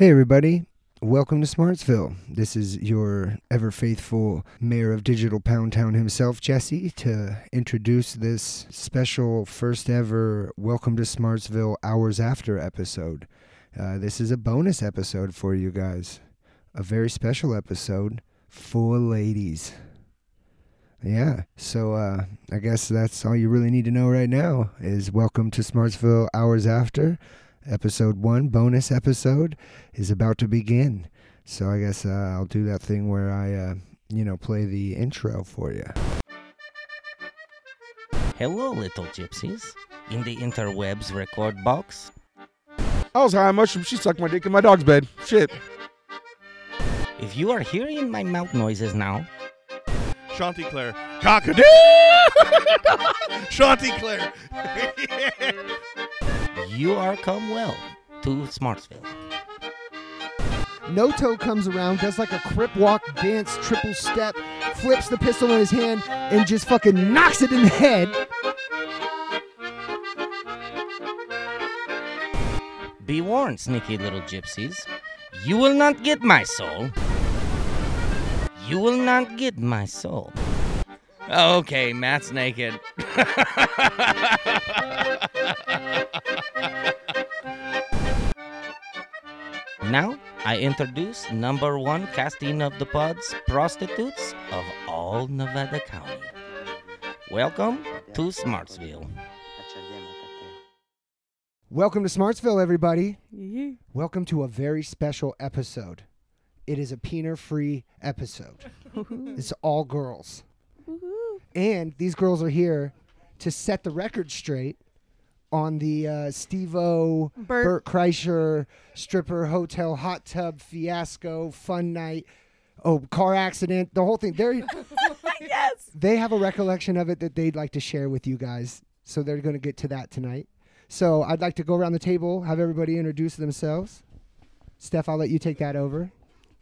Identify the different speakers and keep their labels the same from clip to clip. Speaker 1: Hey, everybody. Welcome to Smartsville. This is your ever faithful mayor of Digital Pound Town himself, Jesse, to introduce this special first ever Welcome to Smartsville Hours After episode. Uh, this is a bonus episode for you guys, a very special episode for ladies. Yeah, so uh, I guess that's all you really need to know right now is Welcome to Smartsville Hours After, episode one, bonus episode is about to begin. So I guess uh, I'll do that thing where I, uh, you know, play the intro for you.
Speaker 2: Hello, little gypsies. In the interwebs record box,
Speaker 3: I was high on mushrooms. She sucked my dick in my dog's bed. Shit.
Speaker 2: if you are hearing my mouth noises now,
Speaker 4: Chanticleer. Cockadoo! Chanticleer.
Speaker 2: you are come well to Smartsville.
Speaker 5: Noto comes around, does like a crip walk, dance, triple step, flips the pistol in his hand, and just fucking knocks it in the head.
Speaker 2: Be warned, sneaky little gypsies. You will not get my soul. You will not get my soul. Okay, Matt's naked. now, I introduce number one casting of the pods, prostitutes of all Nevada County. Welcome to Smartsville.
Speaker 1: Welcome to Smartsville, everybody. Welcome to a very special episode. It is a peener free episode. it's all girls. And these girls are here to set the record straight on the uh, Steve O,
Speaker 6: Bert.
Speaker 1: Burt Kreischer, stripper, hotel, hot tub, fiasco, fun night, oh, car accident, the whole thing. They're.
Speaker 6: yes.
Speaker 1: they have a recollection of it that they'd like to share with you guys. So they're going to get to that tonight. So I'd like to go around the table, have everybody introduce themselves. Steph, I'll let you take that over.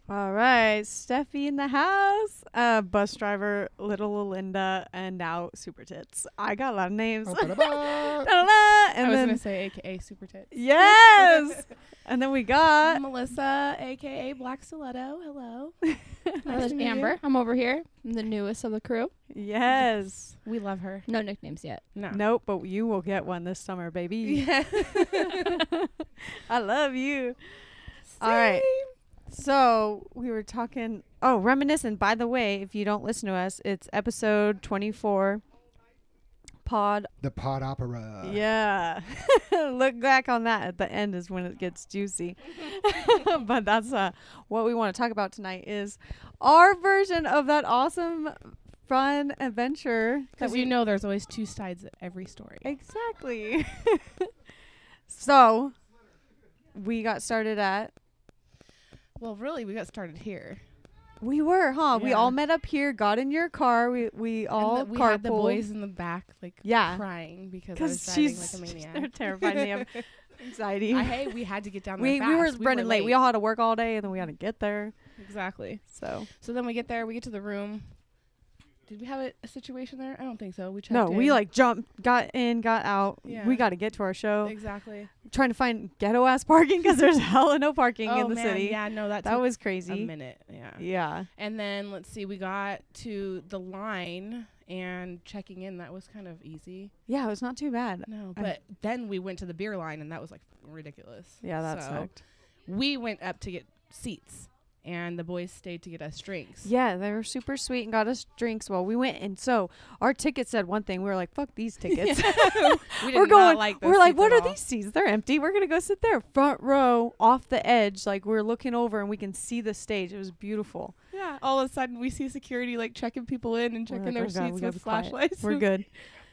Speaker 6: All right, Steffi in the house, uh, bus driver, little Linda, and now Super Tits. I got a lot of names.
Speaker 1: Ba-da-ba.
Speaker 6: Da-da-da,
Speaker 7: I
Speaker 6: and
Speaker 7: was
Speaker 6: then
Speaker 7: gonna say AKA Super Tit.
Speaker 6: yes, and then we
Speaker 7: Uh,
Speaker 6: got
Speaker 7: Melissa, AKA Black Stiletto. Hello.
Speaker 8: My name's Amber. I'm over here. I'm the newest of the crew.
Speaker 6: yes.
Speaker 7: We love her.
Speaker 8: No nicknames yet.
Speaker 7: No.
Speaker 6: Nope, but you will get one this summer, baby. I love you. All right. So we were talking. Oh, reminiscent. By the way, if you don't listen to us, it's episode 24 pod.
Speaker 1: The pod opera.
Speaker 6: yeah. Look back on that. At the end is when it gets juicy. but that's uh, what we want to talk about tonight is our version of that awesome, fun adventure that
Speaker 7: Because
Speaker 6: we
Speaker 7: you know there's always two sides to every story.
Speaker 6: Exactly. so we got started at
Speaker 7: Well, really, we got started here.
Speaker 6: we were, huh? We all
Speaker 7: Yeah.
Speaker 6: met up here, got in your car. We we
Speaker 7: And
Speaker 6: all
Speaker 7: the- we
Speaker 6: carpooled.
Speaker 7: had the boys in the back, like,
Speaker 6: Yeah.
Speaker 7: crying because I was
Speaker 6: because
Speaker 7: driving
Speaker 6: she's
Speaker 7: like
Speaker 6: they're
Speaker 7: a maniac.
Speaker 6: terrified. They have anxiety.
Speaker 7: I hate we had to get down there
Speaker 6: we
Speaker 7: fast.
Speaker 6: we were running late.
Speaker 7: late.
Speaker 6: We all had to work all day, and then we had to get there.
Speaker 7: exactly.
Speaker 6: So
Speaker 7: So then we get there. We get to the room. Did we have a, a situation there? I don't think so. We checked.
Speaker 6: no, we
Speaker 7: in.
Speaker 6: like jumped, got in, got out.
Speaker 7: Yeah.
Speaker 6: We got to get to our show.
Speaker 7: exactly.
Speaker 6: Trying to find ghetto ass parking because there's hella no parking
Speaker 7: oh
Speaker 6: in the
Speaker 7: man,
Speaker 6: city.
Speaker 7: yeah. No, that
Speaker 6: that
Speaker 7: took
Speaker 6: was
Speaker 7: a
Speaker 6: crazy.
Speaker 7: minute. Yeah.
Speaker 6: Yeah.
Speaker 7: And then let's see, we got to the line and checking in. That was kind of easy.
Speaker 6: Yeah, it was not too bad.
Speaker 7: No,
Speaker 6: I'm-
Speaker 7: but then we went to the beer line and that was like ridiculous.
Speaker 6: Yeah, that
Speaker 7: so
Speaker 6: sucked.
Speaker 7: We went up to get seats and the boys stayed to get us drinks.
Speaker 6: Yeah, they were super sweet and got us drinks while we went. And so our ticket said one thing. We were like, "Fuck these tickets."
Speaker 7: we did
Speaker 6: we're
Speaker 7: not
Speaker 6: going.
Speaker 7: Like those
Speaker 6: we're like,
Speaker 7: seats
Speaker 6: "What
Speaker 7: at
Speaker 6: are
Speaker 7: all.
Speaker 6: these seats? They're empty. We're gonna go sit there, front row, off the edge. Like we're looking over and we can see the stage. It was beautiful.
Speaker 7: Yeah. All of a sudden, we see security like checking people in and
Speaker 6: We're like,
Speaker 7: checking their
Speaker 6: "Oh God, we
Speaker 7: seats
Speaker 6: gotta
Speaker 7: with
Speaker 6: be quiet.
Speaker 7: flashlights.
Speaker 6: We're good."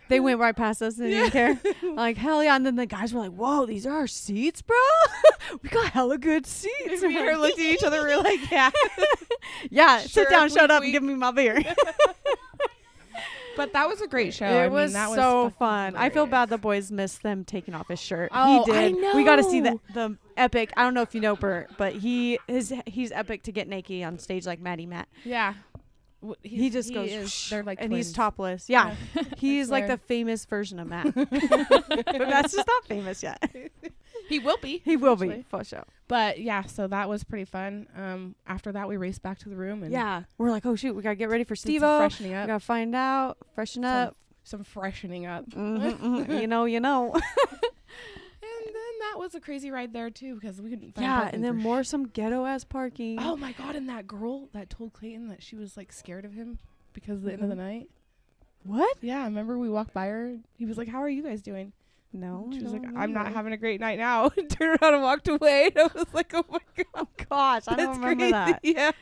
Speaker 6: They went right past us and didn't care. Like hell yeah! And then the guys were like, "Whoa, these are our seats, bro. we got hella good seats."
Speaker 7: we were
Speaker 6: man."
Speaker 7: looking at each other. We're like, yeah.
Speaker 6: yeah,
Speaker 7: Sure,
Speaker 6: sit down, shut
Speaker 7: wink,
Speaker 6: up, and
Speaker 7: wink.
Speaker 6: give me my beer.
Speaker 7: But that was a great show.
Speaker 6: It
Speaker 7: I mean,
Speaker 6: was
Speaker 7: that was
Speaker 6: so
Speaker 7: fucking
Speaker 6: fun. I feel bad
Speaker 7: hilarious.
Speaker 6: the boys missed them taking off his shirt.
Speaker 7: Oh,
Speaker 6: he
Speaker 7: I
Speaker 6: did. We got to see the
Speaker 7: know.
Speaker 6: the epic. I don't know if you know Bert, but he his he's epic to get naked on stage like Matty Matt.
Speaker 7: Yeah.
Speaker 6: He just goes
Speaker 7: they're like
Speaker 6: and he's topless. Yeah, he
Speaker 7: I
Speaker 6: is like the
Speaker 7: swear.
Speaker 6: famous version of Matt, but Matt's just not famous yet.
Speaker 8: He will be.
Speaker 6: He will be
Speaker 7: Actually.
Speaker 6: for sure.
Speaker 7: But yeah, so that was pretty fun. Um, after that, we raced back to the room and
Speaker 6: Yeah, we're like, oh shoot, we gotta get ready for
Speaker 7: did
Speaker 6: Steve.
Speaker 7: some
Speaker 6: We
Speaker 7: freshening up,
Speaker 6: gotta find out, freshen
Speaker 7: Some-
Speaker 6: up.
Speaker 7: some freshening up.
Speaker 6: Mhm, mhm, you know, you know.
Speaker 7: And then that was a crazy ride there too because we couldn't find
Speaker 6: yeah,
Speaker 7: parking
Speaker 6: and then
Speaker 7: for
Speaker 6: more
Speaker 7: sh-
Speaker 6: some ghetto ass parking.
Speaker 7: oh my god! And that girl that told Clayton that she was like scared of him because of the end of the night.
Speaker 6: what?
Speaker 7: Yeah, I remember we walked by her. He was like, "How are you guys doing?"
Speaker 6: No,
Speaker 7: And
Speaker 6: I
Speaker 7: she was like,
Speaker 6: don't
Speaker 7: "I'm not
Speaker 6: remember.
Speaker 7: having a great night now." Turned around and walked away. And I was like, "Oh my god,
Speaker 6: Oh gosh, I don't
Speaker 7: that's
Speaker 6: remember
Speaker 7: crazy."
Speaker 6: that.
Speaker 7: Yeah,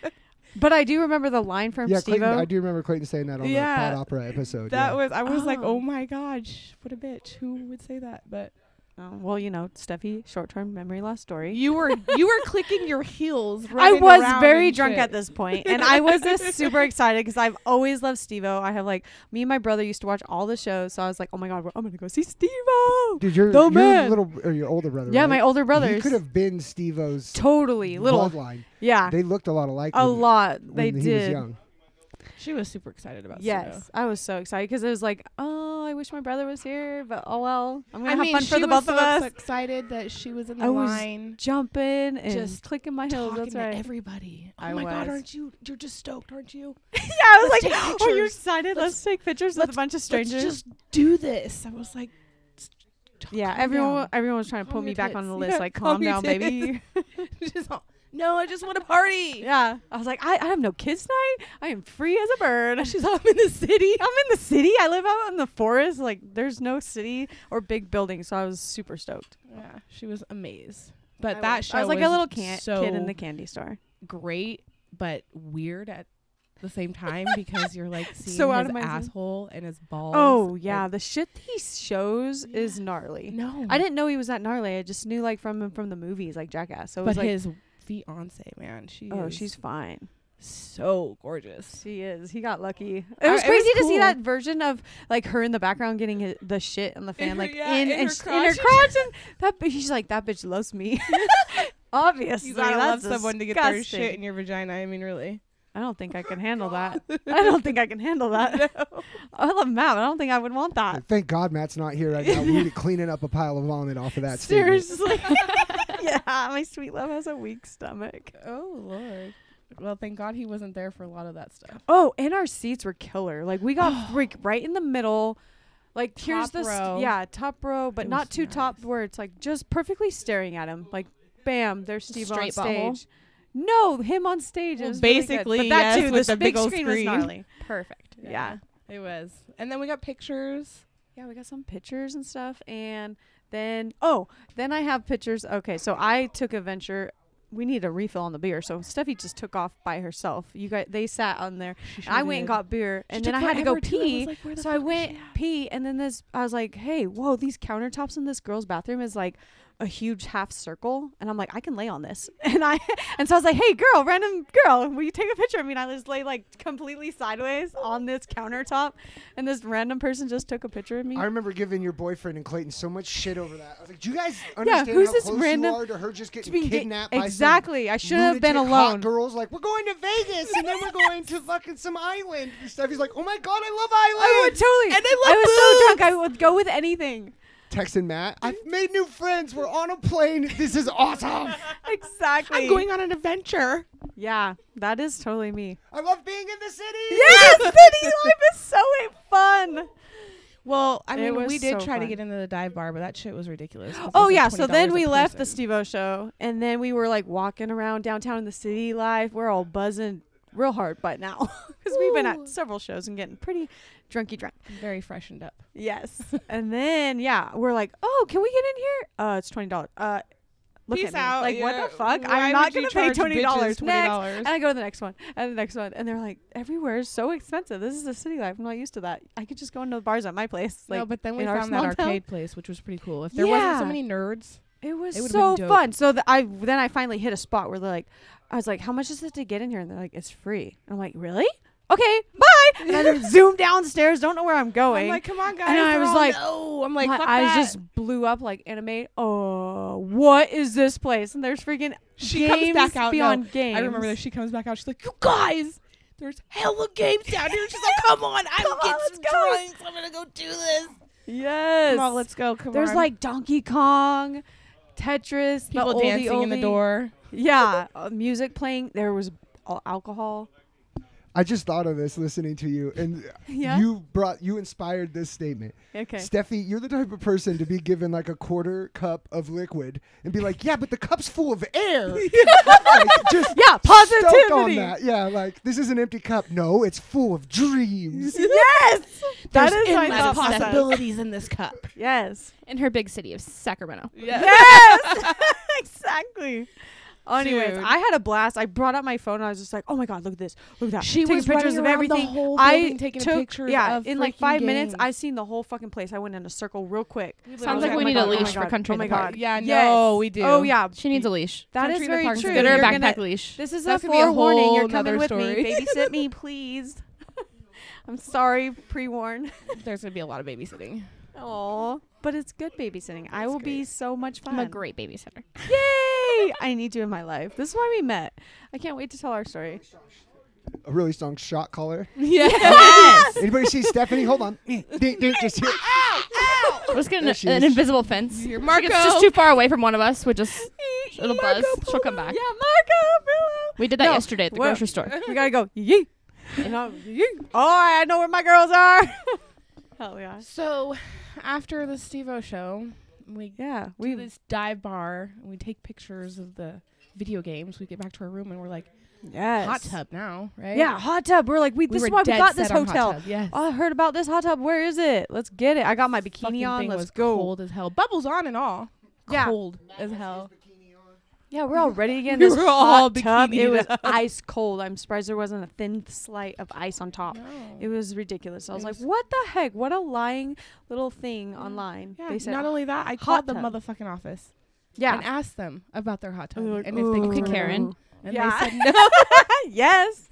Speaker 6: But I do remember the line from
Speaker 5: yeah,
Speaker 6: Steve.
Speaker 5: Clayton, I do remember Clayton saying that on
Speaker 7: Yeah.
Speaker 5: the Pod Opera episode.
Speaker 7: that
Speaker 5: yeah.
Speaker 7: was. I was like,
Speaker 6: Oh.
Speaker 7: "Oh my gosh, what a bitch! Who would say that?" But
Speaker 6: Oh, well, you know, Steffi, short-term memory loss story.
Speaker 7: you were you were clicking your heels.
Speaker 6: I
Speaker 7: running
Speaker 6: was
Speaker 7: around
Speaker 6: very
Speaker 7: and
Speaker 6: drunk
Speaker 7: shit.
Speaker 6: at this point, and I was just super excited because I've always loved Steve-O. I have like me and my brother used to watch all the shows, so I was like, oh my god, I'm gonna go see Steve-O.
Speaker 5: Dude, your,
Speaker 6: The
Speaker 5: your
Speaker 6: man.
Speaker 5: little or your older brother.
Speaker 6: Yeah,
Speaker 5: right?
Speaker 6: my older brothers.
Speaker 5: He could have been Steve-O's
Speaker 6: totally little.
Speaker 5: bloodline.
Speaker 6: Yeah,
Speaker 5: They looked a lot alike.
Speaker 6: a
Speaker 5: when-
Speaker 6: lot.
Speaker 5: When
Speaker 6: They
Speaker 5: he
Speaker 6: did.
Speaker 5: was young.
Speaker 7: She was super excited about.
Speaker 6: Yes,
Speaker 7: Sudo.
Speaker 6: I was so excited because it was like, oh, I wish my brother was here, but oh well. I'm gonna
Speaker 7: I
Speaker 6: have
Speaker 7: mean,
Speaker 6: fun for
Speaker 7: she
Speaker 6: the both
Speaker 7: was so
Speaker 6: of us.
Speaker 7: excited that she was in the
Speaker 6: I was
Speaker 7: line.
Speaker 6: Jumping and
Speaker 7: Just
Speaker 6: just clicking my heels.
Speaker 7: talking
Speaker 6: That's
Speaker 7: to
Speaker 6: right.
Speaker 7: everybody. Oh
Speaker 6: I
Speaker 7: my god,
Speaker 6: was.
Speaker 7: aren't you? You're just stoked, aren't you?
Speaker 6: yeah, I was
Speaker 7: Let's
Speaker 6: like,
Speaker 7: take
Speaker 6: oh, you're
Speaker 7: pictures.
Speaker 6: excited. Let's,
Speaker 7: Let's-
Speaker 6: take pictures with a bunch of strangers.
Speaker 7: Let's just do this. I was like, "S- t-
Speaker 6: yeah,
Speaker 7: calm
Speaker 6: everyone,
Speaker 7: down."
Speaker 6: everyone was trying to
Speaker 7: Calm
Speaker 6: put me
Speaker 7: your
Speaker 6: back on the
Speaker 7: tits.
Speaker 6: list.
Speaker 7: Yeah,
Speaker 6: like,
Speaker 7: calm
Speaker 6: calm
Speaker 7: your
Speaker 6: down, baby.
Speaker 7: Just all, no, I just want to party.
Speaker 6: yeah, I was like, I, I have no kids night. I am free as a bird.
Speaker 7: She's all, I'm in the city.
Speaker 6: I'm in the city. I live out in the forest. Like, there's no city or big building, so I was super stoked.
Speaker 7: Yeah, she was amazed. But
Speaker 6: I
Speaker 7: that
Speaker 6: was,
Speaker 7: show
Speaker 6: I was like a little can-
Speaker 7: so
Speaker 6: kid in the candy store.
Speaker 7: great, but weird at the same time because you're like seeing
Speaker 6: So out
Speaker 7: his
Speaker 6: of my zone.
Speaker 7: asshole and his balls.
Speaker 6: Oh
Speaker 7: and-
Speaker 6: yeah, the shit he shows is gnarly.
Speaker 7: no,
Speaker 6: I didn't know he was that gnarly. I just knew like from from the movies, like Jackass. So it
Speaker 7: But
Speaker 6: was like,
Speaker 7: his fiance, man, she
Speaker 6: oh,
Speaker 7: is
Speaker 6: she's fine.
Speaker 7: so Oh, gorgeous.
Speaker 6: She is. He got lucky. It was
Speaker 7: Uh, it was
Speaker 6: crazy to see
Speaker 7: cool.
Speaker 6: that version of like her in the background getting hi- the shit in the fan,
Speaker 7: her-
Speaker 6: like
Speaker 7: yeah,
Speaker 6: in,
Speaker 7: in
Speaker 6: and
Speaker 7: her
Speaker 6: s- in her
Speaker 7: crotch.
Speaker 6: crotch, and that bi- she's like that bitch loves me. Obviously,
Speaker 7: You gotta love
Speaker 6: that's
Speaker 7: someone to get their shit
Speaker 6: disgusting.
Speaker 7: in your vagina. I mean, really.
Speaker 6: I don't think I can handle that. I don't think I can handle that. I love Matt. but I don't think I would want that.
Speaker 5: Thank God Matt's not here right now. We'd be cleaning up a pile of vomit off of that. statement.
Speaker 6: Seriously. yeah, my sweet love has a weak stomach.
Speaker 7: Oh lord. Well, thank God he wasn't there for a lot of that stuff.
Speaker 6: Oh, and our seats were killer. Like we got like right in the middle. Like here's
Speaker 7: Top
Speaker 6: the st-
Speaker 7: row.
Speaker 6: yeah top row, but
Speaker 7: It
Speaker 6: not
Speaker 7: was
Speaker 6: too top
Speaker 7: nice.
Speaker 6: where it's like just perfectly staring at him. Like bam, there's Steve
Speaker 8: Straight
Speaker 6: on
Speaker 8: butthole?
Speaker 6: stage. No, him on stage.
Speaker 7: Well,
Speaker 6: is really good.
Speaker 7: basically,
Speaker 6: but that
Speaker 7: yes,
Speaker 6: too.
Speaker 7: with
Speaker 6: this
Speaker 7: the
Speaker 6: big
Speaker 7: big old
Speaker 6: screen, was
Speaker 7: screen.
Speaker 6: gnarly.
Speaker 8: Perfect.
Speaker 6: Yeah.
Speaker 7: It was. And then we got pictures.
Speaker 6: Yeah, we got some pictures and stuff. And then, oh, then I have pictures. Okay, so I took a venture. We need a refill on the beer. So Steffi just took off by herself. You guys, they sat on there. And I went and got beer. And then I had to go pee. so I went pee. And then this, I was like, hey, whoa, these countertops in this girl's bathroom is like, a huge half circle and I'm like I can lay on this and I and so I was like hey girl random girl will you take a picture of me and I just lay like completely sideways on this countertop and this random person just took a picture of me
Speaker 5: I remember giving your boyfriend and Clayton so much shit over that. I was like, "Do you guys understand
Speaker 6: who's
Speaker 5: how
Speaker 6: this
Speaker 5: close
Speaker 6: random-
Speaker 5: you are to her just getting
Speaker 6: being ga-
Speaker 5: kidnapped?"
Speaker 6: exactly. I
Speaker 5: By some
Speaker 6: shouldn't have been
Speaker 5: lunatic hot
Speaker 6: alone.
Speaker 5: girls like, "We're going to Vegas and then we're going to fucking some island." And Steffi's like, "Oh my god, I love islands."
Speaker 6: I would totally.
Speaker 5: And
Speaker 6: I was so drunk. I would go with anything.
Speaker 5: texting Matt. I've made new friends. We're on a plane. This is awesome.
Speaker 6: Exactly.
Speaker 7: I'm going on an adventure.
Speaker 6: Yeah, that is totally me.
Speaker 5: I love being in the city.
Speaker 6: Yes, city life is so fun.
Speaker 7: Well, I
Speaker 6: It
Speaker 7: mean,
Speaker 6: was
Speaker 7: we did
Speaker 6: so
Speaker 7: try
Speaker 6: fun.
Speaker 7: to get into the dive bar, but that shit was ridiculous. 'cause it
Speaker 6: Oh
Speaker 7: was, like,
Speaker 6: yeah. So then
Speaker 7: $20
Speaker 6: we
Speaker 7: a
Speaker 6: left the
Speaker 7: person.
Speaker 6: Steve-O show, and then we were like walking around downtown in the city life. We're all buzzing real hard, but now because we've been
Speaker 7: Ooh.
Speaker 6: at several shows and getting pretty drunky drunk.
Speaker 7: Very freshened up.
Speaker 6: Yes. and then yeah, we're like, oh, can we get in here? Uh, it's twenty dollars. Uh, look
Speaker 7: Peace
Speaker 6: at me.
Speaker 7: out,
Speaker 6: Like what
Speaker 7: yeah.
Speaker 6: the fuck?
Speaker 7: Why
Speaker 6: I'm not
Speaker 7: would you
Speaker 6: gonna pay
Speaker 7: charge
Speaker 6: twenty
Speaker 7: bitches
Speaker 6: dollars. Next.
Speaker 7: $20?
Speaker 6: And I go to the next one and the next one, and they're like, everywhere is so expensive. This is the city life. I'm not used to that. I could just go into the bars at my place. Like
Speaker 7: no, but then we
Speaker 6: in our
Speaker 7: found that
Speaker 6: small town.
Speaker 7: arcade place, which was pretty cool. If there wasn't so
Speaker 6: Yeah.
Speaker 7: many nerds,
Speaker 6: it was
Speaker 7: it would've
Speaker 6: so
Speaker 7: been dope.
Speaker 6: fun. So th- I then I finally hit a spot where they're like, I was like, how much is it to get in here? And they're like, it's free. And I'm like, really? Okay, bye. And I just zoom downstairs. Don't know where I'm going.
Speaker 7: I'm like, come on, guys.
Speaker 6: I
Speaker 7: we're
Speaker 6: was
Speaker 7: all-
Speaker 6: like-
Speaker 7: no. I'm like,
Speaker 6: my
Speaker 7: fuck
Speaker 6: eyes
Speaker 7: that.
Speaker 6: just blew up like anime. Oh, what is this place? And there's freaking
Speaker 7: she
Speaker 6: games
Speaker 7: comes back out.
Speaker 6: beyond
Speaker 7: no,
Speaker 6: games.
Speaker 7: I remember that she comes back out. She's like, you guys, there's hella games down here. She's like, come on, I'm
Speaker 6: Come on,
Speaker 7: get
Speaker 6: let's
Speaker 7: some
Speaker 6: go.
Speaker 7: drawings. I'm gonna go do this.
Speaker 6: yes.
Speaker 7: Come on, let's go. Come
Speaker 6: there's
Speaker 7: on.
Speaker 6: like Donkey Kong. Tetris,
Speaker 7: People
Speaker 6: the oldie
Speaker 7: dancing in the
Speaker 6: oldie.
Speaker 7: door.
Speaker 6: Yeah, uh, music playing. There was al- alcohol.
Speaker 5: I just thought of this listening to you, and
Speaker 6: Yeah.
Speaker 5: you brought you inspired this statement.
Speaker 6: okay.
Speaker 5: Steffi, you're the type of person to be given like a quarter cup of liquid and be like, "Yeah, but the cup's full of air." Like, just
Speaker 6: Yeah,
Speaker 5: stoked on
Speaker 6: positivity.
Speaker 5: that. Yeah, like this is an empty cup. No, it's full of dreams.
Speaker 6: Yes, that
Speaker 7: There's
Speaker 6: is my
Speaker 7: endless
Speaker 6: thought process.
Speaker 7: possibilities in this cup.
Speaker 6: Yes,
Speaker 8: in her big city of Sacramento.
Speaker 6: yes, exactly. Anyways,
Speaker 7: Dude.
Speaker 6: I had a blast. I brought out my phone and I was just like, "Oh my god, look at this! Look at that!"
Speaker 7: She
Speaker 6: Taking
Speaker 7: was
Speaker 6: pictures
Speaker 7: running
Speaker 6: of
Speaker 7: around the
Speaker 6: everything.
Speaker 7: whole
Speaker 6: I
Speaker 7: building taking
Speaker 6: took
Speaker 7: pictures
Speaker 6: yeah
Speaker 7: of
Speaker 6: in like
Speaker 7: freaking
Speaker 6: five minutes.
Speaker 7: games.
Speaker 6: I seen the whole fucking place. I went in a circle real quick.
Speaker 8: Sounds like
Speaker 6: Oh
Speaker 8: we
Speaker 6: my
Speaker 8: need a
Speaker 6: God, oh my
Speaker 8: leash for
Speaker 6: God,
Speaker 8: country
Speaker 6: Oh
Speaker 8: in
Speaker 6: my
Speaker 8: the
Speaker 6: god!
Speaker 8: park.
Speaker 7: Yeah,
Speaker 6: Yes.
Speaker 7: no, we do.
Speaker 6: Oh yeah,
Speaker 8: She needs a leash.
Speaker 6: That is
Speaker 7: Country in the
Speaker 6: very
Speaker 7: park's
Speaker 6: true.
Speaker 7: good.
Speaker 8: Get her a
Speaker 6: You're
Speaker 8: backpack
Speaker 6: gonna-
Speaker 8: leash.
Speaker 6: This is
Speaker 7: That's
Speaker 6: a
Speaker 7: gonna be a
Speaker 6: forewarning. You're
Speaker 7: whole
Speaker 6: coming
Speaker 7: nother
Speaker 6: with
Speaker 7: story.
Speaker 6: me. Babysit me, please. I'm sorry, pre-warn.
Speaker 7: There's gonna be a lot of babysitting.
Speaker 6: Oh, but it's good babysitting. I
Speaker 7: It's
Speaker 6: will be
Speaker 7: great.
Speaker 6: so much fun.
Speaker 8: I'm a great babysitter.
Speaker 6: Yay! I need you in my life. This is why we met. I can't wait to tell our story.
Speaker 5: A really strong shot caller.
Speaker 6: Yes.
Speaker 5: Anybody see Stephanie? Hold on. Ding, ding, just hit-
Speaker 8: Let's get
Speaker 5: There
Speaker 8: an,
Speaker 5: she
Speaker 8: an
Speaker 5: is.
Speaker 8: invisible fence.
Speaker 7: Your
Speaker 8: She gets just too far away from one of us. We just it'll
Speaker 6: Marco
Speaker 8: buzz. She'll come
Speaker 6: Polo.
Speaker 8: back.
Speaker 6: Yeah, Marco Polo.
Speaker 8: we did that
Speaker 6: No,
Speaker 8: yesterday at the
Speaker 6: we're-
Speaker 8: grocery store.
Speaker 6: We gotta go. Yee. You know, yee. Oh, I know where my girls are. Hell yeah.
Speaker 7: So, after the Steve O show, we
Speaker 6: Yeah,
Speaker 7: we
Speaker 6: we.
Speaker 7: do this dive bar and we take pictures of the video games. We get back to our room and we're like,
Speaker 6: Yes.
Speaker 7: hot tub now, right?
Speaker 6: Yeah, hot tub. We're like, we.
Speaker 7: We
Speaker 6: this
Speaker 7: were
Speaker 6: is why we
Speaker 7: dead
Speaker 6: got this
Speaker 7: set on hot
Speaker 6: hotel.
Speaker 7: tub, Yes.
Speaker 6: Oh, I heard about this hot tub. Where is it? Let's get it. I got my bikini
Speaker 7: Fucking
Speaker 6: on.
Speaker 7: thing
Speaker 6: Let's
Speaker 7: was
Speaker 6: go.
Speaker 7: Cold as hell. Bubbles on and all.
Speaker 6: Yeah.
Speaker 7: Cold as hell.
Speaker 6: Yeah, we're all ready to get in
Speaker 7: We
Speaker 6: this
Speaker 7: were all
Speaker 6: hot tub. It
Speaker 7: bikinied
Speaker 6: was
Speaker 7: up.
Speaker 6: ice cold. I'm surprised there wasn't a thin slice of ice on top. It was ridiculous. I was like, what the heck? What a lying little thing online.
Speaker 7: Mm. Yeah.
Speaker 6: they said,
Speaker 7: not only that, I
Speaker 6: hot
Speaker 7: called the
Speaker 6: tub.
Speaker 7: motherfucking office and
Speaker 6: yeah.
Speaker 7: asked them about their hot tub
Speaker 6: They're like,
Speaker 7: and if they could
Speaker 8: Okay,
Speaker 7: turn it
Speaker 8: Karen.
Speaker 7: on. And
Speaker 6: Yeah.
Speaker 7: they said no.
Speaker 6: yes.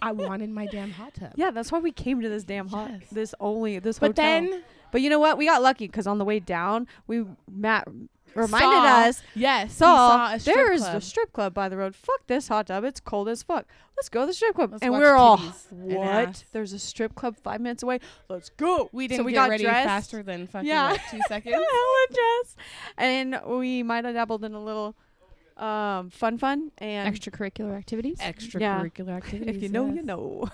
Speaker 7: I wanted my damn hot tub.
Speaker 6: Yeah, that's why we came to this damn hot,
Speaker 7: Yes.
Speaker 6: this only, this
Speaker 7: But
Speaker 6: hotel.
Speaker 7: then
Speaker 6: but you know what? We got lucky because on the way down, we Matt reminded
Speaker 7: saw-
Speaker 6: us
Speaker 7: Yes, he
Speaker 6: So
Speaker 7: saw a strip
Speaker 6: there is
Speaker 7: club.
Speaker 6: a strip club by the road. Fuck this hot tub. It's cold as fuck. Let's go to the strip club.
Speaker 7: Let's
Speaker 6: and
Speaker 7: watch
Speaker 6: we're all
Speaker 7: titties and
Speaker 6: what?
Speaker 7: ass.
Speaker 6: Theready There's a strip club five minutes away. Let's go.
Speaker 7: We didn't
Speaker 6: so we
Speaker 7: get
Speaker 6: got
Speaker 7: ready
Speaker 6: dressed.
Speaker 7: faster than fucking
Speaker 6: Yeah.
Speaker 7: like, two seconds.
Speaker 6: Hella dressed. And we might have dabbled in a little um, fun fun and
Speaker 8: Extracurricular activities.
Speaker 7: Extracurricular activities.
Speaker 6: if you know, you
Speaker 7: yes.
Speaker 6: know.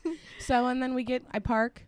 Speaker 7: So and then we get I park,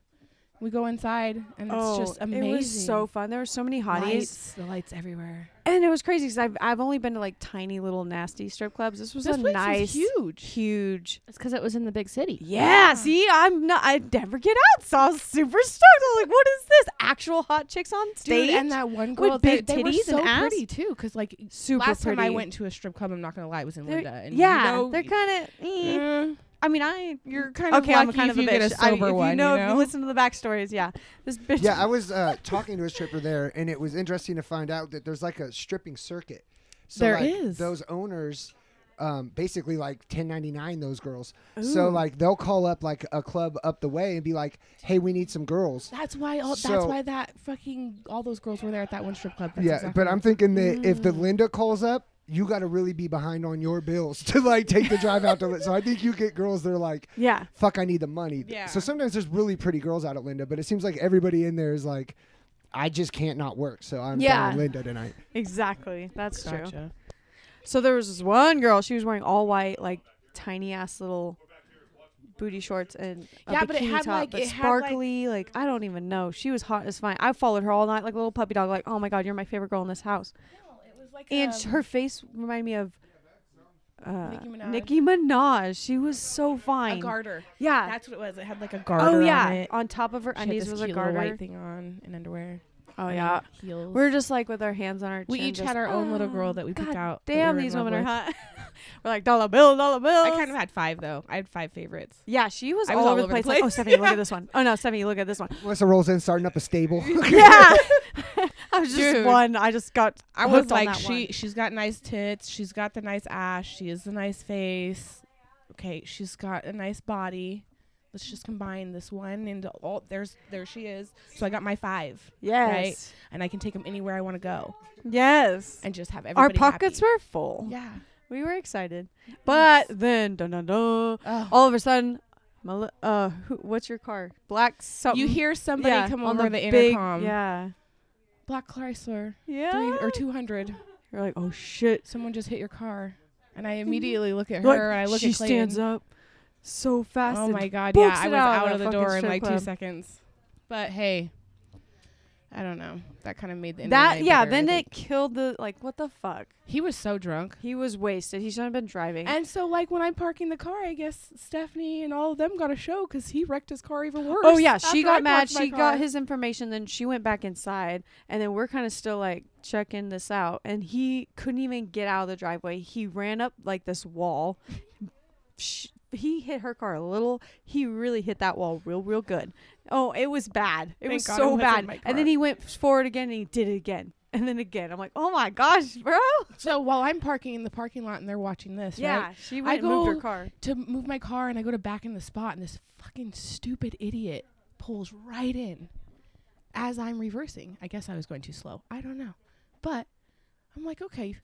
Speaker 7: we go inside, and
Speaker 6: oh,
Speaker 7: it's just amazing.
Speaker 6: It was so fun. There were so many hotties.
Speaker 7: Lights, the lights everywhere.
Speaker 6: And it was crazy because I've, I've only been to like tiny little nasty strip clubs. This was
Speaker 7: this
Speaker 6: a
Speaker 7: place
Speaker 6: nice,
Speaker 7: is huge.
Speaker 6: huge
Speaker 8: It's because it was in the big city.
Speaker 6: Yeah, see, I'm not. I never get out, so I was super stoked. I'm like, what is this? Actual hot chicks on stage?
Speaker 7: Dude, and that one girl,
Speaker 6: with
Speaker 7: they,
Speaker 6: big
Speaker 7: they were
Speaker 6: titties and
Speaker 7: so
Speaker 6: ass.
Speaker 7: pretty too. Because like
Speaker 6: super
Speaker 7: last
Speaker 6: pretty.
Speaker 7: time I went to a strip club, I'm not gonna lie, was in
Speaker 6: They're-
Speaker 7: Linda. And
Speaker 6: yeah,
Speaker 7: you know,
Speaker 6: they're kind of.
Speaker 7: eh,
Speaker 6: I mean, I.
Speaker 7: you're kind of
Speaker 6: okay,
Speaker 7: lucky
Speaker 6: I'm kind
Speaker 7: if
Speaker 6: of a
Speaker 7: you
Speaker 6: bitch.
Speaker 7: get a
Speaker 6: I mean,
Speaker 7: sober
Speaker 6: if
Speaker 7: one.
Speaker 6: You know, if
Speaker 7: you
Speaker 6: you listen to the backstories, yeah, this bitch.
Speaker 5: yeah, I was uh, talking to a stripper there, and it was interesting to find out that there's like a stripping circuit. So
Speaker 7: There
Speaker 5: like,
Speaker 7: is.
Speaker 5: Those owners, um, basically like 1099 those girls. So like they'll call up like a club up the way and be like, "Hey, we need some girls."
Speaker 7: That's why. All, that's
Speaker 5: So-
Speaker 7: why that fucking all those girls were there at that one strip club. That's
Speaker 5: yeah,
Speaker 7: exactly
Speaker 5: but I'm
Speaker 7: right. Mm.
Speaker 5: thinking that if the Linda calls up, you got to really be behind on your bills to like take the drive out to. Lin- so I think you get girls that are like,
Speaker 6: Yeah.
Speaker 5: "Fuck, I need the money."
Speaker 7: Yeah.
Speaker 5: So sometimes there's really pretty girls out at Linda, but it seems like everybody in there is like. I just can't not work, so I'm
Speaker 6: Yeah.
Speaker 5: down with Linda tonight.
Speaker 6: Exactly. That's true.
Speaker 7: Gotcha.
Speaker 6: So there was this one girl. She was wearing all white, like tiny ass little booty shorts and a
Speaker 7: Yeah, but it
Speaker 6: bikini
Speaker 7: had,
Speaker 6: top,
Speaker 7: like-
Speaker 6: but
Speaker 7: it had, like-
Speaker 6: sparkly. like, I don't even know. She was hot as fine. I followed her all night like a little puppy dog. Like, oh my god, you're my favorite girl in this house. and sh- her face reminded me of. Uh,
Speaker 7: Um, Nicki Minaj.
Speaker 6: Nicki Minaj. She was so
Speaker 7: a
Speaker 6: fine.
Speaker 7: garter.
Speaker 6: yeah.
Speaker 7: That's what it was. It had like a garter.
Speaker 6: oh yeah.
Speaker 7: on it.
Speaker 6: top of her
Speaker 7: She had
Speaker 6: undies
Speaker 7: this
Speaker 6: was a
Speaker 7: cute little
Speaker 6: garter.
Speaker 7: white thing on and underwear.
Speaker 6: Oh
Speaker 7: and
Speaker 6: yeah.
Speaker 7: heels.
Speaker 6: We were just like with our hands on our.
Speaker 7: we
Speaker 6: chin,
Speaker 7: each
Speaker 6: just,
Speaker 7: had our own little girl
Speaker 6: "Oh,
Speaker 7: that we
Speaker 6: God
Speaker 7: picked out. that we
Speaker 6: Damn,
Speaker 7: were in
Speaker 6: these
Speaker 7: love
Speaker 6: women are hot.
Speaker 7: with.
Speaker 6: we're like dollar bill, dollar bill.
Speaker 7: I kind of had five though. I had five favorites.
Speaker 6: Yeah, she was,
Speaker 7: I
Speaker 6: all, over the place. Like, oh, Stephanie, look at this one. Oh no, Stephanie, look at this one.
Speaker 5: Melissa rolls in, starting up a stable.
Speaker 6: yeah, I was just
Speaker 7: Dude.
Speaker 6: one. I just got.
Speaker 7: I was
Speaker 6: hooked on
Speaker 7: like,
Speaker 6: that
Speaker 7: she she's got nice tits. She's got the nice ass. She has the nice face. Okay, she's got a nice body. Let's just combine this one into all. There's there she is. So I got my five,
Speaker 6: one. Yes,
Speaker 7: right? and I can take them anywhere I want to go
Speaker 6: yes.
Speaker 7: and just have
Speaker 6: Our
Speaker 7: everybody.
Speaker 6: pockets
Speaker 7: happy.
Speaker 6: were full.
Speaker 7: Yeah.
Speaker 6: We were excited, but then dun dun dun.
Speaker 7: Oh.
Speaker 6: All of a sudden, Mel- uh, who, what's your car? Black something.
Speaker 7: you hear somebody
Speaker 6: yeah,
Speaker 7: come
Speaker 6: on
Speaker 7: over the,
Speaker 6: the, big-
Speaker 7: intercom.
Speaker 6: Yeah.
Speaker 7: Black Chrysler, Ah.
Speaker 6: Yeah.
Speaker 7: three or two hundred.
Speaker 6: You're like, oh shit.
Speaker 7: Someone just hit your car, and I immediately look at her.
Speaker 6: Like,
Speaker 7: I look
Speaker 6: she
Speaker 7: at Clayton.
Speaker 6: stands up so fast.
Speaker 7: Oh
Speaker 6: and
Speaker 7: my god!
Speaker 6: books
Speaker 7: Yeah, I
Speaker 6: it
Speaker 7: was
Speaker 6: out of that
Speaker 7: out, of the
Speaker 6: fucking
Speaker 7: door in
Speaker 6: strip
Speaker 7: like
Speaker 6: club.
Speaker 7: two seconds. But hey, I don't know. That kind of made the end of the
Speaker 6: That
Speaker 7: night
Speaker 6: yeah.
Speaker 7: better, I
Speaker 6: Then
Speaker 7: think.
Speaker 6: it killed the like. What the fuck?
Speaker 7: he was so drunk.
Speaker 6: He was wasted. He shouldn't have been driving.
Speaker 7: And so, like when I'm parking the car, I guess Stephanie and all of them got a show because he wrecked his car even worse.
Speaker 6: Oh yeah, she
Speaker 7: after I
Speaker 6: got mad.
Speaker 7: parked my
Speaker 6: She
Speaker 7: car.
Speaker 6: got his information. Then she went back inside, and then we're kind of still like checking this out. And he couldn't even get out of the driveway. He ran up like this wall. Sh he hit her car a little. He really hit that wall real, real good. Oh, it was bad. It
Speaker 7: Thank
Speaker 6: was
Speaker 7: God it
Speaker 6: so
Speaker 7: wasn't
Speaker 6: bad.
Speaker 7: my
Speaker 6: And
Speaker 7: car.
Speaker 6: then he went forward again, and he did it again, and then again. I'm like, oh my gosh, bro.
Speaker 7: So while I'm parking in the parking lot and they're watching this,
Speaker 6: Yeah,
Speaker 7: right?
Speaker 6: she
Speaker 7: I
Speaker 6: went and moved her
Speaker 7: go-
Speaker 6: car.
Speaker 7: to move my car and I go to back in the spot and this fucking stupid idiot pulls right in as I'm reversing. I guess I was going too slow. I don't know. But I'm like, okay.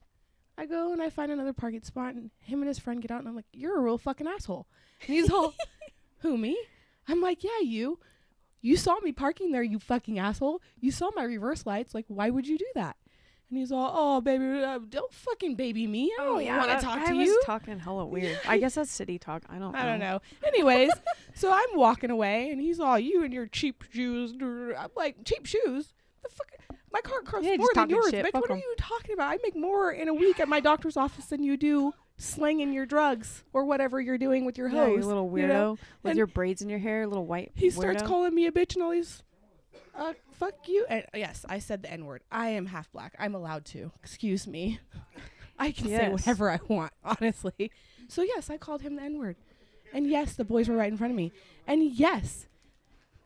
Speaker 7: I go and I find another parking spot and him and his friend get out and I'm like, you're a real fucking asshole. And he's all, who, me? I'm like, yeah, you. You saw me parking there, you fucking asshole. You saw my reverse lights. Like, why would you do that? And he's all, oh, baby, uh, don't fucking baby me. I don't want
Speaker 6: that-
Speaker 7: to talk
Speaker 6: Oh, I
Speaker 7: to
Speaker 6: was
Speaker 7: you.
Speaker 6: talking hella weird. I guess that's city talk. I don't.
Speaker 7: I don't know. Anyways, so I'm walking away, and he's all, "You and your cheap shoes." I'm like, "Cheap shoes? The fuck? My car costs
Speaker 6: Yeah, just
Speaker 7: more than
Speaker 6: talking
Speaker 7: yours,
Speaker 6: shit.
Speaker 7: bitch.
Speaker 6: Fuck
Speaker 7: What are
Speaker 6: 'em."
Speaker 7: you talking about? I make more in a week at my doctor's office than you do slinging your drugs or whatever you're doing with your
Speaker 6: Yeah,
Speaker 7: hose."
Speaker 6: you little weirdo
Speaker 7: you know?
Speaker 6: with
Speaker 7: And
Speaker 6: your braids in your hair, little white.
Speaker 7: He starts
Speaker 6: weirdo.
Speaker 7: calling me a bitch and all these. Uh, fuck you. And yes, I said the N word. I am half black. I'm allowed to. Excuse me. I can say
Speaker 6: Yes.
Speaker 7: whatever I want, honestly. So, yes, I called him the N word. And yes, the boys were right in front of me. And yes,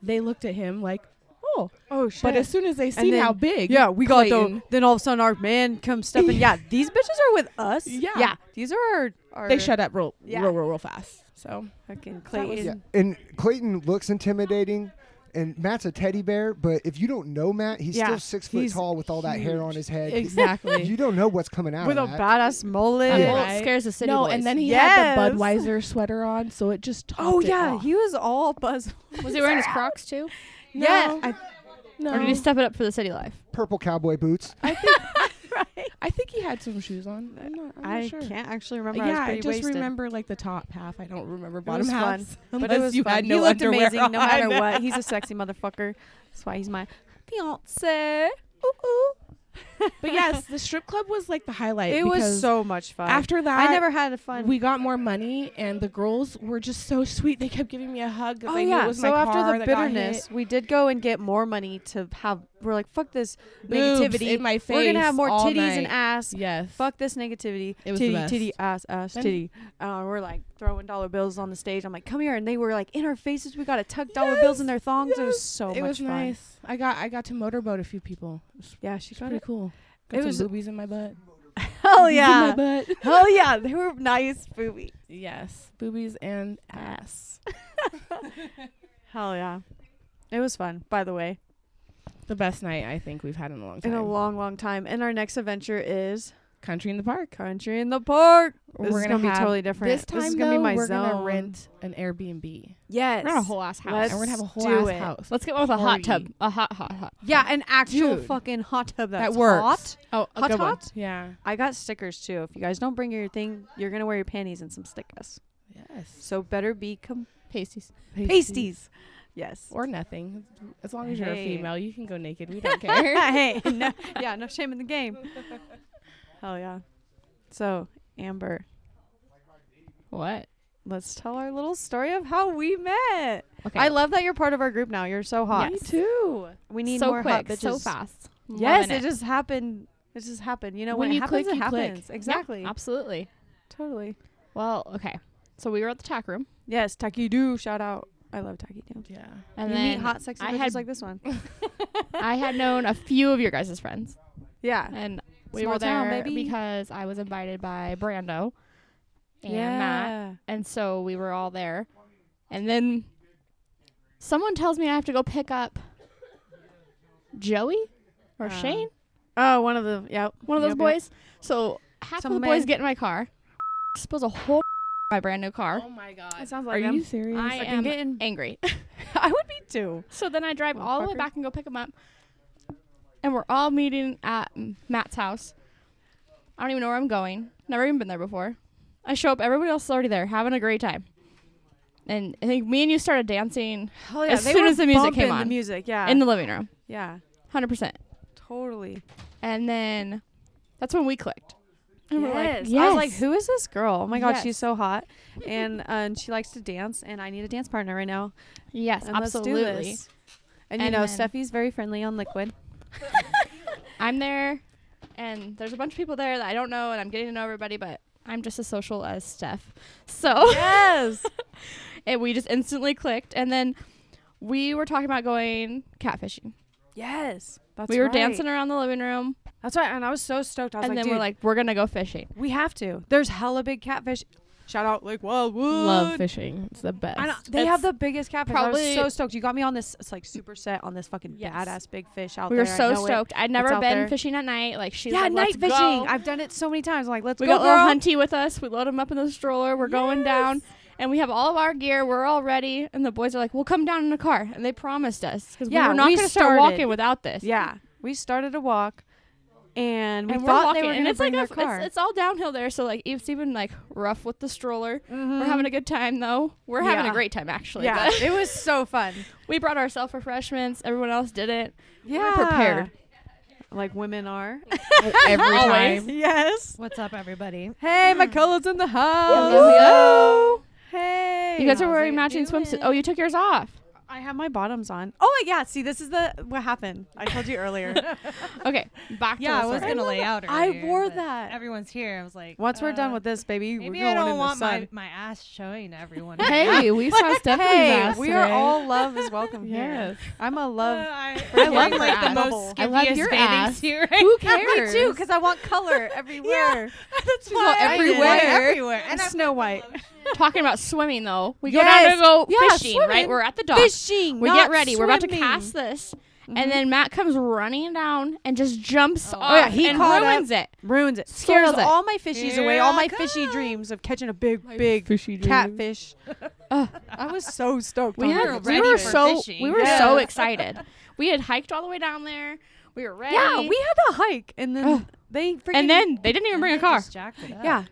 Speaker 7: they looked at him like, oh.
Speaker 6: Oh shit!
Speaker 7: But as soon as they seen
Speaker 6: then-
Speaker 7: how big.
Speaker 6: yeah, we got
Speaker 7: Clayton-
Speaker 6: the. Then all of a sudden, our man comes stepping. yeah, these bitches are with us.
Speaker 7: Yeah.
Speaker 6: yeah. These are our. our
Speaker 7: They shut up real,
Speaker 6: Yeah.
Speaker 7: real, real, real fast. So,
Speaker 6: Fucking
Speaker 7: That was-
Speaker 6: Clayton.
Speaker 5: Yeah. And Clayton looks intimidating. And Matt's a teddy bear, but if you don't know Matt, he's
Speaker 6: Yeah,
Speaker 5: still six foot
Speaker 6: he's
Speaker 5: tall with all that hair on his head. You
Speaker 7: exactly.
Speaker 5: don't know what's coming out
Speaker 6: With a
Speaker 5: of that.
Speaker 6: badass mullet.
Speaker 7: Yeah.
Speaker 8: Bolt
Speaker 7: Right.
Speaker 8: scares the city
Speaker 7: no,
Speaker 8: boys.
Speaker 7: and then he had
Speaker 6: Yes.
Speaker 7: the Budweiser sweater on, so it just topped
Speaker 6: Oh
Speaker 7: it
Speaker 6: yeah,
Speaker 7: off.
Speaker 6: he was all buzz.
Speaker 8: was he wearing his Crocs too,
Speaker 6: Yeah,
Speaker 7: No.
Speaker 6: I-
Speaker 7: no.
Speaker 8: or did he step it up for the city life?
Speaker 5: Purple cowboy boots.
Speaker 7: I think I think he had some shoes on. I'm not, I'm
Speaker 6: I
Speaker 7: not sure. Uh,
Speaker 6: can't actually remember.
Speaker 7: Yeah,
Speaker 6: I, was
Speaker 7: I
Speaker 6: pretty
Speaker 7: just
Speaker 6: wasted.
Speaker 7: remember like the top half. I don't remember bottom
Speaker 6: was
Speaker 7: half.
Speaker 6: fun,
Speaker 7: halves.
Speaker 6: But
Speaker 7: unless
Speaker 6: it was
Speaker 7: you
Speaker 6: fun.
Speaker 7: had
Speaker 6: he
Speaker 7: no
Speaker 6: looked
Speaker 7: underwear
Speaker 6: amazing no matter
Speaker 7: on.
Speaker 6: what. He's a sexy motherfucker. That's why he's my fiance. Ooh ooh.
Speaker 7: But yes, the strip club was like the highlight.
Speaker 6: It was
Speaker 7: because
Speaker 6: so much fun.
Speaker 7: after that.
Speaker 6: I never had a fun.
Speaker 7: We got more money, and the girls were just so sweet. They kept giving me a hug. 'cause
Speaker 6: oh
Speaker 7: they knew
Speaker 6: yeah.
Speaker 7: it was
Speaker 6: so
Speaker 7: my car
Speaker 6: after the
Speaker 7: that got hit.
Speaker 6: bitterness, we did go and get more money to have. We're like, fuck this
Speaker 7: Boobs
Speaker 6: negativity.
Speaker 7: in my face.
Speaker 6: we're gonna have more
Speaker 7: all
Speaker 6: titties and
Speaker 7: night.
Speaker 6: ass.
Speaker 7: Yes.
Speaker 6: Fuck this negativity.
Speaker 7: It was the
Speaker 6: titty,
Speaker 7: best.
Speaker 6: titty, ass, ass,
Speaker 7: Then-
Speaker 6: titty. Uh, we're like throwing dollar bills on the stage. I'm like, come here, and they were like in our faces. We got to tuck dollar bills in
Speaker 7: Yes,
Speaker 6: their thongs. It was
Speaker 7: yes.
Speaker 6: so
Speaker 7: it
Speaker 6: much
Speaker 7: was
Speaker 6: fun.
Speaker 7: nice. I got I got to motorboat a few people. It was
Speaker 6: Yeah, she got
Speaker 7: pretty
Speaker 6: it.
Speaker 7: cool.
Speaker 6: It
Speaker 7: Got some
Speaker 6: was-
Speaker 7: boobies in my butt.
Speaker 6: Hell
Speaker 7: Boobies in my
Speaker 6: yeah.
Speaker 7: butt.
Speaker 6: Hell yeah. They were nice, booby.
Speaker 7: Yes, boobies and ass.
Speaker 6: Hell yeah. It was fun, by the way.
Speaker 7: The best night I think we've had in a long time.
Speaker 6: In a long, long time. And our next adventure is
Speaker 7: country in the park.
Speaker 6: Country in the Park.
Speaker 7: We're
Speaker 6: This is
Speaker 7: gonna
Speaker 6: gonna be
Speaker 7: have-
Speaker 6: totally different.
Speaker 7: This time
Speaker 6: this is gonna
Speaker 7: though,
Speaker 6: be my
Speaker 7: we're
Speaker 6: zone.
Speaker 7: gonna rent an Airbnb.
Speaker 6: Yes.
Speaker 8: We're gonna have a whole ass house.
Speaker 6: Let's
Speaker 7: and we're gonna have a whole
Speaker 6: do
Speaker 7: ass
Speaker 6: it.
Speaker 7: house.
Speaker 8: Let's get one with a hot tub,
Speaker 7: Party.
Speaker 8: a hot, hot, hot.
Speaker 6: yeah, an actual
Speaker 7: Dude.
Speaker 6: fucking hot tub that's
Speaker 7: that works.
Speaker 6: hot.
Speaker 7: Oh,
Speaker 6: a Hot good one. hot?
Speaker 7: Yeah.
Speaker 6: I got stickers too. If you guys don't bring your thing, you're gonna wear your panties and some stickers.
Speaker 7: Yes.
Speaker 6: So better be com-
Speaker 8: Pasties.
Speaker 6: pasties. Yes.
Speaker 7: or nothing, as long as you're
Speaker 6: Hey.
Speaker 7: a female, you can go naked. We don't care.
Speaker 6: hey, no, yeah, no shame in the game. Hell yeah. So Amber,
Speaker 8: What?
Speaker 6: let's tell our little story of how we met.
Speaker 8: Okay.
Speaker 6: I love that you're part of our group now. You're so hot.
Speaker 8: Me too.
Speaker 6: We need
Speaker 8: so
Speaker 6: more hot
Speaker 8: quick,
Speaker 6: bitches.
Speaker 8: so fast.
Speaker 6: Yes,
Speaker 8: Loving
Speaker 6: it just happened. It just happened. You know, when,
Speaker 7: When
Speaker 6: it
Speaker 7: you
Speaker 6: happens,
Speaker 7: click,
Speaker 6: it
Speaker 7: you click.
Speaker 6: happens. Exactly.
Speaker 8: Yeah, absolutely.
Speaker 6: Totally.
Speaker 8: Well, okay. So we were at the tack room,
Speaker 6: Yes, Taki Doo, shout out. I love Taki Doo.
Speaker 7: yeah.
Speaker 8: and
Speaker 6: you
Speaker 8: then
Speaker 6: meet hot, sexy
Speaker 8: I
Speaker 6: bitches
Speaker 8: had-
Speaker 6: like this one.
Speaker 8: I had known a few of your guys' friends,
Speaker 6: Yeah.
Speaker 8: and we
Speaker 6: Small
Speaker 8: were there
Speaker 6: town, Oh, baby.
Speaker 8: because I was invited by Brando and
Speaker 6: yeah.
Speaker 8: Matt, and so we were all there. And then someone tells me I have to go pick up Joey or
Speaker 6: Um,
Speaker 8: Shane,
Speaker 6: Oh, one of the yeah,
Speaker 8: one of those
Speaker 6: yep, yep.
Speaker 8: boys. So half
Speaker 6: Some
Speaker 8: of the boys
Speaker 6: man.
Speaker 8: get in my car, spills a whole my brand new car.
Speaker 7: my
Speaker 6: That
Speaker 7: god.
Speaker 6: sounds
Speaker 7: Are
Speaker 6: like them.
Speaker 7: you serious?
Speaker 8: I
Speaker 6: Fucking
Speaker 8: am
Speaker 6: getting-
Speaker 8: angry.
Speaker 6: I would be too.
Speaker 8: So then I drive all the way
Speaker 6: Motherfucker.
Speaker 8: back and go pick him up. and we're all meeting at M- Matt's house. I don't even know where I'm going. Never even been there before. I show up, everybody else is already there, having a great time. And I think me and you started dancing
Speaker 6: Oh yeah,
Speaker 8: As
Speaker 6: they
Speaker 8: soon
Speaker 6: were
Speaker 8: as the music
Speaker 6: bumping
Speaker 8: came
Speaker 6: the
Speaker 8: on.
Speaker 6: music, yeah,
Speaker 8: in the living room,
Speaker 6: yeah,
Speaker 8: hundred percent.
Speaker 6: totally.
Speaker 8: And then that's when we clicked. And we're like,
Speaker 6: I was like,
Speaker 8: "Yes."
Speaker 6: who is this girl? Oh my god,
Speaker 8: Yes.
Speaker 6: she's so hot, and uh, and she likes to dance, and I need a dance partner right now.
Speaker 8: Yes,
Speaker 6: And
Speaker 8: absolutely.
Speaker 6: Let's do this. And, you
Speaker 8: And
Speaker 6: know,
Speaker 8: then-
Speaker 6: Steffi's very friendly on Liquid.
Speaker 8: I'm there, and there's a bunch of people there that I don't know, and I'm getting to know everybody, but I'm just as social as Steph. So yes, and we just instantly clicked, and then we were talking about going catfishing.
Speaker 6: Yes, that's
Speaker 8: we were
Speaker 6: right.
Speaker 8: dancing around the living room,
Speaker 6: That's right, and I was so stoked. I was
Speaker 8: and
Speaker 6: like,
Speaker 8: then we're
Speaker 6: "Dude,
Speaker 8: like, we're gonna go fishing.
Speaker 6: we have to. There's hella big catfish. Shout out Lake Wildwood.
Speaker 7: Love fishing. It's the best.
Speaker 6: I know, they have the biggest catfish. I
Speaker 8: probably-
Speaker 6: was so stoked. You got me on this. It's like super set on this fucking
Speaker 8: Yes.
Speaker 6: badass big fish out
Speaker 8: we
Speaker 6: there.
Speaker 8: were
Speaker 6: I
Speaker 8: so
Speaker 6: know it.
Speaker 8: stoked. I'd never
Speaker 6: out
Speaker 8: been
Speaker 6: there.
Speaker 8: fishing at night. Like she's
Speaker 6: yeah,
Speaker 8: like,
Speaker 6: night
Speaker 8: "Let's
Speaker 6: fishing.
Speaker 8: go."
Speaker 6: I've done it so many times. I'm like, let's
Speaker 8: we
Speaker 6: go,
Speaker 8: got
Speaker 6: girl.
Speaker 8: little Hunty with us. We load him up in the stroller. We're going down, and we have all of our gear. We're all ready, and the boys are like, "We'll come down in a car," and they promised us because
Speaker 6: Yeah,
Speaker 8: we were not
Speaker 6: we
Speaker 8: going to start
Speaker 6: started-
Speaker 8: walking without this.
Speaker 6: Yeah, we started a walk, and we
Speaker 8: and we're
Speaker 6: thought
Speaker 8: walking,
Speaker 6: they were
Speaker 8: and
Speaker 6: gonna
Speaker 8: it's
Speaker 6: bring
Speaker 8: like a,
Speaker 6: their car.
Speaker 8: It's, it's all downhill there, so like it's even like rough with the stroller. We're having a good time though. We're having
Speaker 6: Mm-hmm. Yeah.
Speaker 8: a great time actually.
Speaker 6: yeah,
Speaker 8: but
Speaker 6: it was so fun.
Speaker 8: we brought our self refreshments. Everyone else didn't.
Speaker 6: Yeah,
Speaker 8: prepared.
Speaker 6: like women are.
Speaker 7: every
Speaker 8: Always.
Speaker 7: time.
Speaker 6: yes.
Speaker 9: What's up, everybody? Hmm.
Speaker 6: Hey, McCullough's in the house.
Speaker 8: Hello.
Speaker 6: Oh. Hey.
Speaker 8: You guys are
Speaker 9: how's
Speaker 8: wearing
Speaker 9: it
Speaker 8: matching
Speaker 9: doing?
Speaker 8: swimsuits. Oh, you took yours off.
Speaker 6: I have my bottoms on. Oh yeah, see, this is the what happened. I told you earlier.
Speaker 8: Okay, back
Speaker 9: Yeah, I
Speaker 8: to the
Speaker 9: was
Speaker 8: story.
Speaker 9: gonna lay out.
Speaker 6: I
Speaker 9: earlier,
Speaker 6: wore
Speaker 9: but
Speaker 6: that.
Speaker 9: Everyone's here. I was like,
Speaker 6: Once we're done
Speaker 9: uh,
Speaker 6: with this, baby, we're
Speaker 9: maybe
Speaker 6: going
Speaker 9: I
Speaker 6: in
Speaker 9: don't
Speaker 6: the
Speaker 9: want my,
Speaker 6: sun.
Speaker 9: my ass showing everyone.
Speaker 8: Hey, we saw Stephanie's
Speaker 6: Hey,
Speaker 8: ass
Speaker 6: we are
Speaker 8: today.
Speaker 6: all love is welcome here.
Speaker 7: Yes.
Speaker 6: I'm a
Speaker 9: Uh,
Speaker 6: love.
Speaker 9: I,
Speaker 6: I
Speaker 9: I
Speaker 6: love
Speaker 9: love
Speaker 6: your
Speaker 9: like the
Speaker 6: ass.
Speaker 9: most
Speaker 8: I love
Speaker 9: skimpiest
Speaker 8: your
Speaker 9: bathing
Speaker 8: ass.
Speaker 9: suit right
Speaker 8: Who
Speaker 9: now.
Speaker 6: Me
Speaker 8: cares?
Speaker 6: too, because I want color everywhere.
Speaker 9: That's
Speaker 6: all
Speaker 9: why I did it.
Speaker 6: everywhere.
Speaker 9: Everywhere.
Speaker 6: And
Speaker 9: And I've
Speaker 6: Snow White.
Speaker 8: Talking about swimming though, we
Speaker 6: Yes.
Speaker 8: go down to go
Speaker 6: Yeah,
Speaker 8: fishing. Right,
Speaker 6: swimming.
Speaker 8: we're at the dock.
Speaker 6: Fishing.
Speaker 8: We
Speaker 6: not
Speaker 8: get ready. We're about to
Speaker 6: swimming.
Speaker 8: cast this, and then Matt comes running down and just jumps
Speaker 9: Oh,
Speaker 8: off
Speaker 9: yeah,
Speaker 6: he
Speaker 8: and
Speaker 6: caught
Speaker 8: ruins it.
Speaker 6: Ruins it.
Speaker 8: Spoils
Speaker 6: Scares
Speaker 8: it.
Speaker 6: all my fishies away.
Speaker 9: Here
Speaker 6: All my
Speaker 9: I
Speaker 6: fishy
Speaker 9: come.
Speaker 6: dreams of catching a big, big catfish.
Speaker 8: Ugh.
Speaker 6: I was so stoked.
Speaker 8: We,
Speaker 6: on
Speaker 8: had,
Speaker 9: were
Speaker 6: that.
Speaker 8: we
Speaker 9: ready
Speaker 8: were
Speaker 9: for
Speaker 8: so
Speaker 9: fishing.
Speaker 8: we were so
Speaker 6: Yes.
Speaker 8: excited. We had hiked all the way down there. We were ready.
Speaker 6: Yeah, we had to hike, and then
Speaker 8: Ugh.
Speaker 6: they freaking
Speaker 8: and then they didn't even bring a car.
Speaker 6: yeah,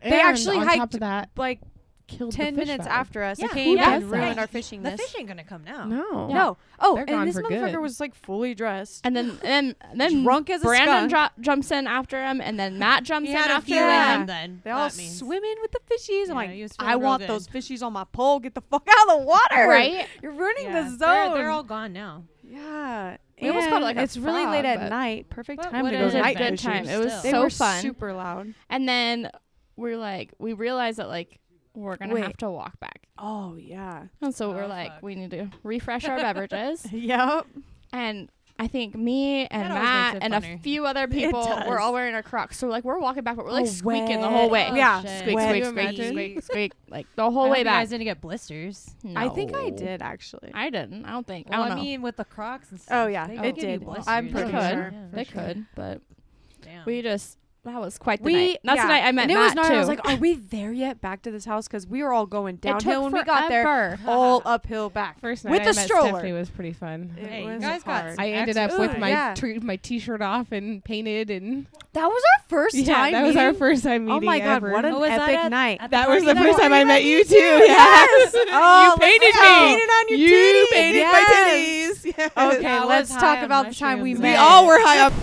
Speaker 6: they
Speaker 7: And
Speaker 6: actually
Speaker 7: on top
Speaker 6: hiked
Speaker 7: of that,
Speaker 6: like
Speaker 7: killed the
Speaker 6: ten
Speaker 7: fish
Speaker 6: minutes
Speaker 7: vibe.
Speaker 6: after us. they
Speaker 9: Yeah, who
Speaker 6: came
Speaker 8: does
Speaker 6: and ruined
Speaker 9: that?
Speaker 6: our fishing
Speaker 9: The
Speaker 6: list.
Speaker 9: fish ain't gonna come now.
Speaker 7: No.
Speaker 6: No, oh,
Speaker 7: They're
Speaker 6: and
Speaker 7: gone
Speaker 6: this
Speaker 7: for
Speaker 6: motherfucker
Speaker 7: good.
Speaker 6: was like fully dressed.
Speaker 8: And then and then, then
Speaker 6: Drunk as a
Speaker 8: Brandon
Speaker 6: skunk.
Speaker 8: dro- jumps in after him, and then Matt jumps
Speaker 9: He
Speaker 8: in
Speaker 9: had a
Speaker 8: after
Speaker 9: few
Speaker 8: him.
Speaker 6: Yeah.
Speaker 9: in him then.
Speaker 6: They all
Speaker 9: that means.
Speaker 6: swim in with the fishies. I'm
Speaker 9: Yeah,
Speaker 6: like,
Speaker 9: he was feeling
Speaker 6: I
Speaker 9: real
Speaker 6: want
Speaker 9: good.
Speaker 6: those fishies on my pole. Get the fuck out of the water.
Speaker 8: Right?
Speaker 6: You're ruining
Speaker 9: Yeah,
Speaker 6: the zone.
Speaker 9: They're, they're all gone now.
Speaker 6: yeah.
Speaker 8: We almost caught,
Speaker 6: and
Speaker 8: like, a
Speaker 6: it's really late
Speaker 8: frog,
Speaker 6: at
Speaker 8: but-
Speaker 6: night. Perfect
Speaker 9: But
Speaker 6: time
Speaker 9: what
Speaker 6: to
Speaker 8: It
Speaker 9: It
Speaker 6: go
Speaker 8: was
Speaker 9: was
Speaker 8: a
Speaker 6: night
Speaker 9: an
Speaker 8: good
Speaker 9: adventure
Speaker 8: time. It
Speaker 9: still.
Speaker 8: was
Speaker 9: They
Speaker 6: They
Speaker 8: so
Speaker 6: were
Speaker 8: fun.
Speaker 6: super loud.
Speaker 8: And then we're like, we realized that like we're gonna
Speaker 6: Wait.
Speaker 8: have to walk back,
Speaker 6: Oh yeah.
Speaker 8: and so we're
Speaker 9: Oh,
Speaker 8: like,
Speaker 9: fuck.
Speaker 8: we need to refresh our beverages.
Speaker 6: Yep.
Speaker 8: And I think me and
Speaker 9: That always
Speaker 8: Matt
Speaker 9: makes it
Speaker 8: and a
Speaker 9: funner.
Speaker 8: few other people
Speaker 6: does.
Speaker 8: were all wearing our Crocs. So like we're walking back, but we're like
Speaker 6: Oh,
Speaker 8: squeaking the
Speaker 6: wet.
Speaker 8: whole way.
Speaker 9: Oh,
Speaker 6: Yeah.
Speaker 9: shit.
Speaker 8: Squeak,
Speaker 6: Wet
Speaker 8: squeak,
Speaker 6: you
Speaker 8: squeak,
Speaker 6: imagine?
Speaker 8: squeak, squeak, like the
Speaker 9: I
Speaker 8: whole
Speaker 9: hope
Speaker 8: way
Speaker 9: you
Speaker 8: back.
Speaker 9: guys didn't get blisters.
Speaker 6: I think I
Speaker 8: No.
Speaker 6: did actually.
Speaker 8: I didn't. I don't think.
Speaker 9: Well,
Speaker 8: I
Speaker 9: I,
Speaker 8: don't know.
Speaker 9: mean, with the Crocs and stuff.
Speaker 6: Oh, yeah,
Speaker 9: they
Speaker 8: it
Speaker 9: give you
Speaker 6: did.
Speaker 9: blisters.
Speaker 6: I'm
Speaker 8: They
Speaker 6: pretty
Speaker 8: could.
Speaker 6: sure.
Speaker 9: Yeah,
Speaker 8: they
Speaker 9: for sure.
Speaker 8: could, but
Speaker 9: Damn.
Speaker 8: we just that was quite the
Speaker 6: we
Speaker 8: night. That's
Speaker 6: yeah.
Speaker 8: the night I met
Speaker 6: and it
Speaker 8: Matt
Speaker 6: was gnarly.
Speaker 8: too.
Speaker 6: I was like, oh, "Are we there yet? Back to this house because we were all going
Speaker 8: it took
Speaker 6: downhill when we got there,
Speaker 8: forever.
Speaker 6: all uphill back."
Speaker 7: First night
Speaker 6: With
Speaker 7: I
Speaker 6: the
Speaker 7: met
Speaker 6: stroller.
Speaker 7: Stephanie was pretty fun.
Speaker 6: It
Speaker 9: Hey, you
Speaker 6: was
Speaker 9: guys got
Speaker 6: hard.
Speaker 7: I ended up
Speaker 6: Ooh,
Speaker 7: with my
Speaker 6: yeah.
Speaker 7: t- my t-shirt off and painted and
Speaker 6: That was our first
Speaker 7: yeah,
Speaker 6: time.
Speaker 7: that was our
Speaker 6: meeting.
Speaker 7: first time meeting
Speaker 6: Oh my god,
Speaker 7: ever.
Speaker 6: what an
Speaker 9: Oh, was that
Speaker 6: epic
Speaker 9: at-
Speaker 6: night!
Speaker 9: at
Speaker 7: that was
Speaker 9: party
Speaker 7: the
Speaker 9: that
Speaker 7: first
Speaker 9: night?
Speaker 7: time I met you too.
Speaker 6: Yes. Oh,
Speaker 7: you painted
Speaker 6: let's
Speaker 7: me.
Speaker 6: go. Painted on your
Speaker 7: you
Speaker 6: titties.
Speaker 7: painted
Speaker 6: Yes.
Speaker 7: my titties. Yes.
Speaker 6: Okay,
Speaker 9: I was
Speaker 6: let's
Speaker 9: high
Speaker 6: talk
Speaker 9: on
Speaker 6: about the time we
Speaker 9: mushrooms.
Speaker 7: We
Speaker 6: met.
Speaker 7: all were high up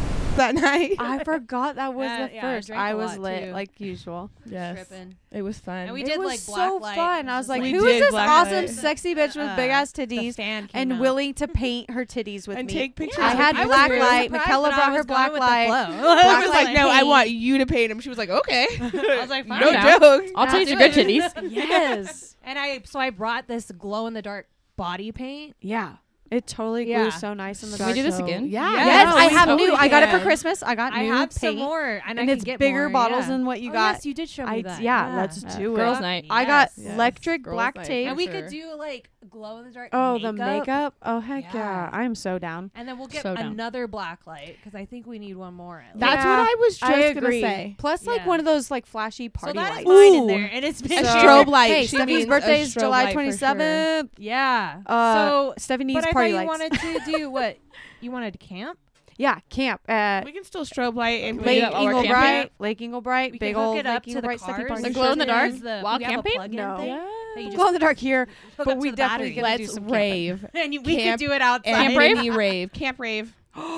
Speaker 7: that night.
Speaker 6: I forgot that was
Speaker 9: Yeah,
Speaker 6: the
Speaker 9: yeah, I
Speaker 6: first.
Speaker 9: drank
Speaker 6: I
Speaker 9: a
Speaker 6: was
Speaker 9: lot,
Speaker 6: lit
Speaker 9: too.
Speaker 6: like usual.
Speaker 7: Yes,
Speaker 9: Tripping.
Speaker 7: it was fun.
Speaker 9: And we
Speaker 6: it
Speaker 9: did
Speaker 6: was
Speaker 9: like black
Speaker 6: so
Speaker 9: light.
Speaker 6: fun.
Speaker 9: It
Speaker 6: I was like,
Speaker 7: like-
Speaker 6: who
Speaker 7: We
Speaker 6: is
Speaker 7: did
Speaker 6: this
Speaker 7: black
Speaker 6: awesome,
Speaker 7: light.
Speaker 6: sexy bitch with
Speaker 9: Uh,
Speaker 6: big ass
Speaker 9: the
Speaker 6: titties
Speaker 9: fan came
Speaker 6: and
Speaker 9: out.
Speaker 6: willing to paint her titties with
Speaker 7: and
Speaker 6: me?
Speaker 7: take pictures.
Speaker 6: I
Speaker 7: with
Speaker 6: had
Speaker 7: people.
Speaker 6: black
Speaker 9: was
Speaker 6: light.
Speaker 9: surprised,
Speaker 6: Mikella
Speaker 9: but I
Speaker 6: brought her
Speaker 9: was going
Speaker 6: black
Speaker 9: with the
Speaker 6: light.
Speaker 9: flow.
Speaker 7: I
Speaker 6: Black
Speaker 7: was
Speaker 6: light
Speaker 7: like, no, I
Speaker 6: paint.
Speaker 7: want you to paint him. She was like, okay,
Speaker 9: I was like, fine.
Speaker 7: no joke.
Speaker 8: I'll tell you
Speaker 9: do
Speaker 8: your good
Speaker 9: it.
Speaker 8: titties.
Speaker 6: Yes.
Speaker 9: And I so I brought this glow in the dark body paint.
Speaker 6: yeah. It totally grew
Speaker 9: Yeah.
Speaker 6: so nice in the
Speaker 8: Can
Speaker 6: dark.
Speaker 8: we do this
Speaker 7: So-
Speaker 8: again?
Speaker 6: Yeah.
Speaker 9: Yeah,
Speaker 6: Yes,
Speaker 9: no,
Speaker 6: I
Speaker 9: we
Speaker 6: have
Speaker 9: totally
Speaker 6: new. I got it for
Speaker 9: can.
Speaker 6: Christmas. I got
Speaker 9: I
Speaker 6: new
Speaker 9: have
Speaker 6: paint.
Speaker 9: some more, and, I
Speaker 6: and
Speaker 9: can
Speaker 6: it's
Speaker 9: get
Speaker 6: bigger
Speaker 9: more,
Speaker 6: bottles
Speaker 9: yeah.
Speaker 6: than what you
Speaker 9: Oh,
Speaker 6: got.
Speaker 9: Yes, you did show me
Speaker 6: I-
Speaker 9: that.
Speaker 6: yeah, let's
Speaker 8: Uh,
Speaker 6: do
Speaker 8: girls'
Speaker 6: it.
Speaker 8: night.
Speaker 6: I got
Speaker 7: Yes.
Speaker 6: electric
Speaker 7: Girls'
Speaker 6: black
Speaker 7: night.
Speaker 6: tape.
Speaker 9: And we could
Speaker 7: Sure.
Speaker 9: do like glow in the dark.
Speaker 6: Oh, the makeup. Oh heck yeah.
Speaker 9: Yeah.
Speaker 6: I'm so down.
Speaker 9: And then we'll get
Speaker 8: So down.
Speaker 9: another black light because I think we need one more. At least.
Speaker 7: That's
Speaker 6: Yeah,
Speaker 7: what I was just
Speaker 6: I
Speaker 7: gonna
Speaker 6: agree.
Speaker 7: say.
Speaker 6: Plus, like
Speaker 9: Yeah.
Speaker 6: one of those like flashy
Speaker 9: so
Speaker 6: party
Speaker 9: that is
Speaker 6: lights.
Speaker 9: mine in
Speaker 7: Ooh.
Speaker 9: there, and it's
Speaker 7: A
Speaker 9: been
Speaker 7: strobe light.
Speaker 6: Hey,
Speaker 7: She
Speaker 6: Stephanie's
Speaker 7: means a
Speaker 6: birthday is
Speaker 7: strobe
Speaker 6: July
Speaker 7: light for sure.
Speaker 6: 27th.
Speaker 9: Yeah.
Speaker 6: Uh,
Speaker 9: so,
Speaker 6: Stephanie needs
Speaker 9: but I
Speaker 6: party
Speaker 9: thought you
Speaker 6: lights.
Speaker 9: wanted to do what? You wanted to camp? Uh,
Speaker 6: Yeah, camp at
Speaker 7: we can still strobe light and
Speaker 6: Lake
Speaker 8: that while we're camping?
Speaker 6: Englebright, Lake Englebright,
Speaker 9: We
Speaker 6: big
Speaker 9: can hook
Speaker 6: old
Speaker 9: it
Speaker 6: Lake
Speaker 9: up to the
Speaker 6: Englebright stuffy
Speaker 9: cars.
Speaker 6: party.
Speaker 8: The glow in the dark
Speaker 9: There's the-
Speaker 8: while
Speaker 9: we have a
Speaker 8: camping?
Speaker 9: plug-in
Speaker 6: No.
Speaker 7: Oh.
Speaker 9: thing that you
Speaker 6: Glow
Speaker 9: just
Speaker 6: in the dark here,
Speaker 9: hook
Speaker 6: but
Speaker 9: up
Speaker 6: we
Speaker 9: to the
Speaker 6: definitely
Speaker 9: battery.
Speaker 6: gonna do
Speaker 9: Let's-
Speaker 6: some camping.
Speaker 7: rave.
Speaker 9: and you, we
Speaker 7: Camp
Speaker 9: could do it outside.
Speaker 7: Camp
Speaker 8: rave?
Speaker 7: rave. rave. Camp rave.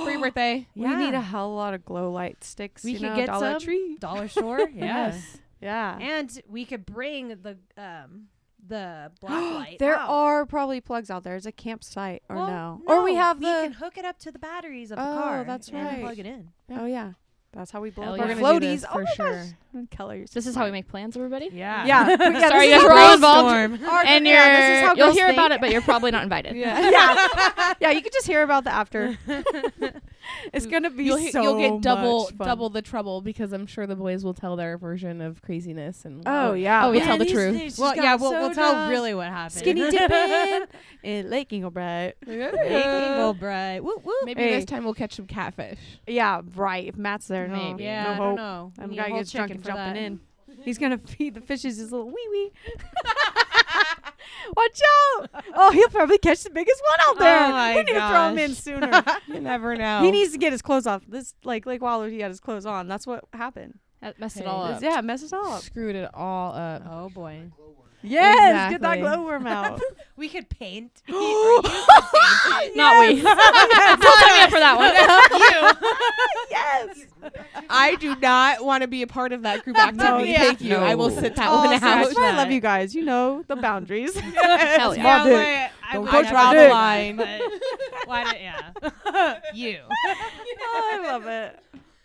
Speaker 7: Free birthday.
Speaker 6: We
Speaker 9: Yeah.
Speaker 6: need a hell lot of glow light sticks.
Speaker 9: We
Speaker 6: you
Speaker 9: could
Speaker 6: know,
Speaker 9: get
Speaker 6: Dollar
Speaker 9: some.
Speaker 6: Tree.
Speaker 9: Dollar Store. yes.
Speaker 6: Yeah.
Speaker 9: And we could bring the um the black light.
Speaker 6: there
Speaker 9: out.
Speaker 6: are probably plugs out there. It's a campsite or
Speaker 9: Well,
Speaker 6: no. Or we have
Speaker 9: can
Speaker 6: the
Speaker 9: hook it up to the batteries of
Speaker 6: Oh,
Speaker 9: the car.
Speaker 6: that's
Speaker 9: and
Speaker 6: right.
Speaker 9: Plug it in.
Speaker 6: Oh yeah. That's how we blow
Speaker 8: Hell
Speaker 6: up
Speaker 8: yeah.
Speaker 6: our
Speaker 8: We're
Speaker 7: gonna do
Speaker 6: floaties.
Speaker 7: this
Speaker 6: oh
Speaker 7: for
Speaker 6: my
Speaker 7: sure.
Speaker 6: gosh. Colors.
Speaker 8: This is how we make plans, everybody.
Speaker 7: Yeah.
Speaker 6: Yeah. yeah this
Speaker 8: Sorry, you
Speaker 6: is
Speaker 8: guys
Speaker 6: our
Speaker 8: are all
Speaker 6: brainstorm.
Speaker 8: involved.
Speaker 6: Our-
Speaker 8: And you're,
Speaker 6: yeah, this is how
Speaker 8: you'll
Speaker 6: girls
Speaker 8: hear
Speaker 6: think.
Speaker 8: about it, but you're probably not invited.
Speaker 6: Yeah. yeah. Yeah, you could just hear about the after. it's going to be
Speaker 7: You'll, he-
Speaker 6: so
Speaker 7: you'll get double
Speaker 6: much fun.
Speaker 7: double the trouble because I'm sure the boys will tell their version of craziness and
Speaker 6: Oh
Speaker 7: we'll-
Speaker 6: yeah.
Speaker 7: oh,
Speaker 6: we
Speaker 7: yeah. tell the truth.
Speaker 9: well, yeah, we'll, we'll tell
Speaker 6: soda,
Speaker 9: really what happened.
Speaker 6: Skinny dipping in Lake Englebright.
Speaker 9: April bright. Woo woo.
Speaker 7: Maybe
Speaker 6: Hey.
Speaker 7: this time we'll catch some catfish.
Speaker 6: Yeah, right. If Matt's there, no,
Speaker 8: Maybe.
Speaker 9: Yeah,
Speaker 6: no
Speaker 9: I
Speaker 6: hope.
Speaker 9: don't know.
Speaker 6: I'm
Speaker 9: We need a
Speaker 6: gonna
Speaker 9: whole
Speaker 6: get drunk
Speaker 9: chicken
Speaker 6: and
Speaker 9: for
Speaker 6: jumping
Speaker 9: that.
Speaker 6: in. He's gonna feed the fishes his little wee wee. Watch out! Oh, he'll probably catch the biggest one out there.
Speaker 7: Oh my
Speaker 6: we need to throw him in
Speaker 7: gosh.
Speaker 6: sooner.
Speaker 7: You never know.
Speaker 6: He needs to get his clothes off. This like Lake Waller, he had his clothes on. That's what happened.
Speaker 8: That messed it
Speaker 7: Hey.
Speaker 8: all
Speaker 7: Is
Speaker 8: up.
Speaker 6: Yeah, it messes all up.
Speaker 7: screwed it all up.
Speaker 9: Oh boy.
Speaker 6: Yes, get that
Speaker 7: Exactly.
Speaker 6: glowworm out.
Speaker 9: We could paint.
Speaker 8: Not we. Don't sign me up for that one.
Speaker 6: yes.
Speaker 7: I do not want to be a part of that group activity.
Speaker 6: Oh, yeah.
Speaker 7: Thank you. I will
Speaker 6: No.
Speaker 7: sit that
Speaker 6: Oh,
Speaker 7: one
Speaker 6: smash.
Speaker 7: out.
Speaker 6: Well, I love you guys. You know the boundaries.
Speaker 8: Hell yeah.
Speaker 6: Small dick.
Speaker 9: Don't
Speaker 6: go try it.
Speaker 9: Why not? Yeah. you.
Speaker 6: Oh, I love it.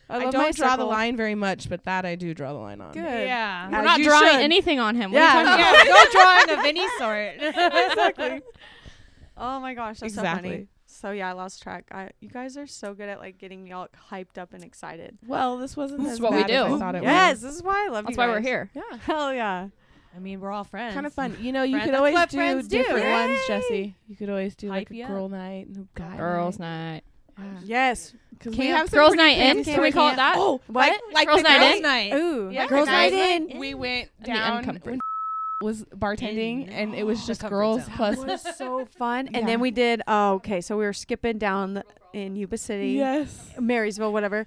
Speaker 6: I,
Speaker 7: I,
Speaker 6: love my
Speaker 7: don't draw the
Speaker 6: circle.
Speaker 7: line very much, but that I do draw the line on.
Speaker 6: Good.
Speaker 9: Yeah.
Speaker 8: We're
Speaker 6: As
Speaker 8: not
Speaker 6: you
Speaker 8: drawing
Speaker 6: should.
Speaker 8: anything on him.
Speaker 6: Yeah.
Speaker 8: What are you talking about?
Speaker 9: yeah. No drawing of any sort.
Speaker 6: exactly. Oh my gosh, that's
Speaker 7: Exactly.
Speaker 6: so funny. So yeah, I lost track. I, you guys are so good at like getting y'all hyped up and excited.
Speaker 7: Well, this wasn't
Speaker 8: This
Speaker 7: as
Speaker 8: is what we
Speaker 7: bad as
Speaker 8: do.
Speaker 7: I thought it
Speaker 6: Oh. yes, this is why I love
Speaker 8: That's
Speaker 6: you.
Speaker 8: why we're
Speaker 6: guys.
Speaker 8: here.
Speaker 7: was. Yeah.
Speaker 6: Hell yeah.
Speaker 9: I mean, we're all friends.
Speaker 7: Kind of fun. You know, you
Speaker 9: Friends-
Speaker 7: could
Speaker 9: that's
Speaker 7: always
Speaker 9: what
Speaker 7: do
Speaker 9: friends do.
Speaker 7: different
Speaker 9: Yay.
Speaker 7: ones, Jesse. You could always do like
Speaker 9: Hype you
Speaker 7: a
Speaker 9: up.
Speaker 7: girl night and a guy
Speaker 8: Girls'
Speaker 7: night.
Speaker 8: night.
Speaker 6: Yes.
Speaker 7: Because
Speaker 6: Camp.
Speaker 7: have some
Speaker 8: Girls'
Speaker 7: pretty
Speaker 8: night in?
Speaker 7: crazy
Speaker 8: Can we
Speaker 7: stories.
Speaker 8: call it that?
Speaker 7: Oh,
Speaker 6: What?
Speaker 7: like
Speaker 8: Girls'
Speaker 7: the
Speaker 8: night
Speaker 7: girls'
Speaker 8: in?
Speaker 9: night.
Speaker 6: Ooh.
Speaker 9: Yeah.
Speaker 6: Girls night
Speaker 7: night
Speaker 6: in.
Speaker 7: We went
Speaker 8: And the
Speaker 7: down
Speaker 8: uncomfort.
Speaker 7: when was bartending,
Speaker 9: In.
Speaker 7: and it was
Speaker 9: The
Speaker 7: just
Speaker 9: comfort
Speaker 7: girls
Speaker 9: zone.
Speaker 7: plus.
Speaker 6: was so fun. And
Speaker 7: Yeah.
Speaker 6: then we did oh, okay, so we were skipping down the, in Yuba City,
Speaker 7: Yes.
Speaker 6: Marysville, whatever.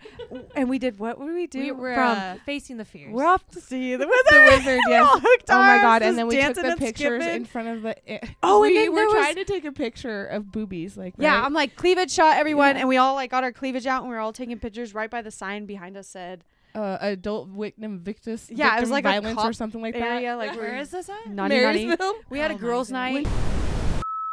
Speaker 6: And we did what would we do
Speaker 9: We were
Speaker 6: from
Speaker 9: uh, facing the fears.
Speaker 6: We're off to see the wizard.
Speaker 7: wizard,
Speaker 6: We
Speaker 7: yes.
Speaker 6: all hooked
Speaker 7: Oh my
Speaker 6: arms,
Speaker 7: god! And
Speaker 6: just
Speaker 7: then we took
Speaker 6: dancing
Speaker 7: the
Speaker 6: and
Speaker 7: pictures
Speaker 6: skipping.
Speaker 7: in front of the. eh,
Speaker 6: Oh, and
Speaker 7: we
Speaker 6: then
Speaker 7: were
Speaker 6: there was-
Speaker 7: trying to take a picture of boobies, like
Speaker 6: Yeah, um,
Speaker 7: right?
Speaker 6: I'm like cleavage shot everyone,
Speaker 7: Yeah.
Speaker 6: and we all like got our cleavage out, and we were all taking pictures right by the sign behind us said
Speaker 7: uh, adult victim victus.
Speaker 6: Yeah, it was
Speaker 7: victim
Speaker 6: like a
Speaker 7: violence
Speaker 6: cop
Speaker 7: or something like that.
Speaker 6: area like
Speaker 9: Where
Speaker 6: we're
Speaker 9: is this at?
Speaker 6: naughty naughty.
Speaker 7: Marysville?
Speaker 6: We had a
Speaker 9: Oh my
Speaker 6: girls' night.
Speaker 9: goodness.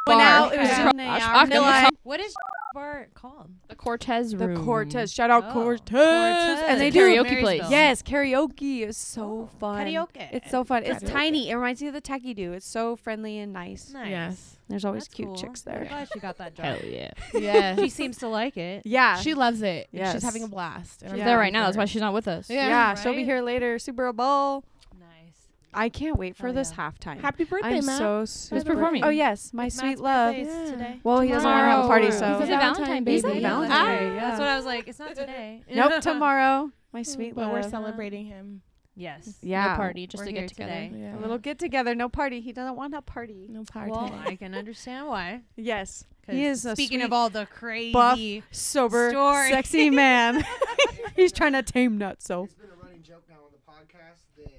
Speaker 8: Bar.
Speaker 6: Went out. It was
Speaker 9: Okay.
Speaker 6: just
Speaker 8: Gosh,
Speaker 6: yeah,
Speaker 8: Ogden
Speaker 6: vanilla.
Speaker 8: was
Speaker 9: What is bar called?
Speaker 8: The Cortez
Speaker 6: the
Speaker 8: room.
Speaker 6: Cortez. Shout out
Speaker 9: Oh.
Speaker 6: Cortez.
Speaker 9: Cortez.
Speaker 6: And they
Speaker 8: It's
Speaker 6: do
Speaker 8: a karaoke place.
Speaker 9: Marysville.
Speaker 6: Yes, karaoke is so fun.
Speaker 9: Karaoke.
Speaker 6: It's so fun. It's
Speaker 7: Karaoke.
Speaker 6: tiny. It reminds me of the techie do. It's so friendly and nice.
Speaker 9: nice.
Speaker 7: Yes.
Speaker 6: There's always
Speaker 9: That's
Speaker 6: cute
Speaker 9: cool.
Speaker 6: chicks
Speaker 9: I'm
Speaker 6: there.
Speaker 9: glad she got that job.
Speaker 8: Hell yeah.
Speaker 7: Yeah.
Speaker 9: she seems to like it.
Speaker 6: Yeah.
Speaker 7: she loves it. and
Speaker 6: Yes.
Speaker 7: She's having a blast. and I'm
Speaker 8: She's
Speaker 6: Yeah.
Speaker 8: there
Speaker 7: happy
Speaker 8: right now.
Speaker 7: for
Speaker 8: That's
Speaker 7: her.
Speaker 8: why she's not with us.
Speaker 6: yeah,
Speaker 7: Yeah,
Speaker 6: she'll be
Speaker 9: right?
Speaker 6: here later. Super Bowl.
Speaker 9: Nice.
Speaker 6: I can't wait for
Speaker 9: Hell
Speaker 6: this
Speaker 9: yeah.
Speaker 6: halftime.
Speaker 7: Happy birthday,
Speaker 6: I'm
Speaker 7: Matt.
Speaker 6: so super.
Speaker 8: performing?
Speaker 6: Oh yes, my
Speaker 9: Matt's
Speaker 6: sweet love.
Speaker 9: birthday is today.
Speaker 6: Well, he doesn't want to have a party,
Speaker 7: Tomorrow.
Speaker 6: so
Speaker 8: He's a Valentine
Speaker 6: He's a
Speaker 8: baby.
Speaker 6: Valentine.
Speaker 9: Ah,
Speaker 6: yeah.
Speaker 9: That's what I was like. It's not today.
Speaker 6: nope, tomorrow. My sweet
Speaker 7: but
Speaker 6: love.
Speaker 7: we're celebrating him.
Speaker 9: Yes.
Speaker 6: yeah,
Speaker 8: No party, just
Speaker 9: We're
Speaker 8: to
Speaker 9: here
Speaker 8: get together.
Speaker 9: today.
Speaker 6: A little get together, no party. He doesn't want a party.
Speaker 7: no party.
Speaker 9: Well, I can understand why.
Speaker 6: Yes,
Speaker 9: 'cause
Speaker 6: he is a
Speaker 9: speaking
Speaker 6: sweet,
Speaker 9: of all the
Speaker 6: buff,
Speaker 9: crazy.
Speaker 6: sober,
Speaker 9: story.
Speaker 6: sexy man. He's trying to tame nut. So
Speaker 1: It's been a running joke now on the podcast that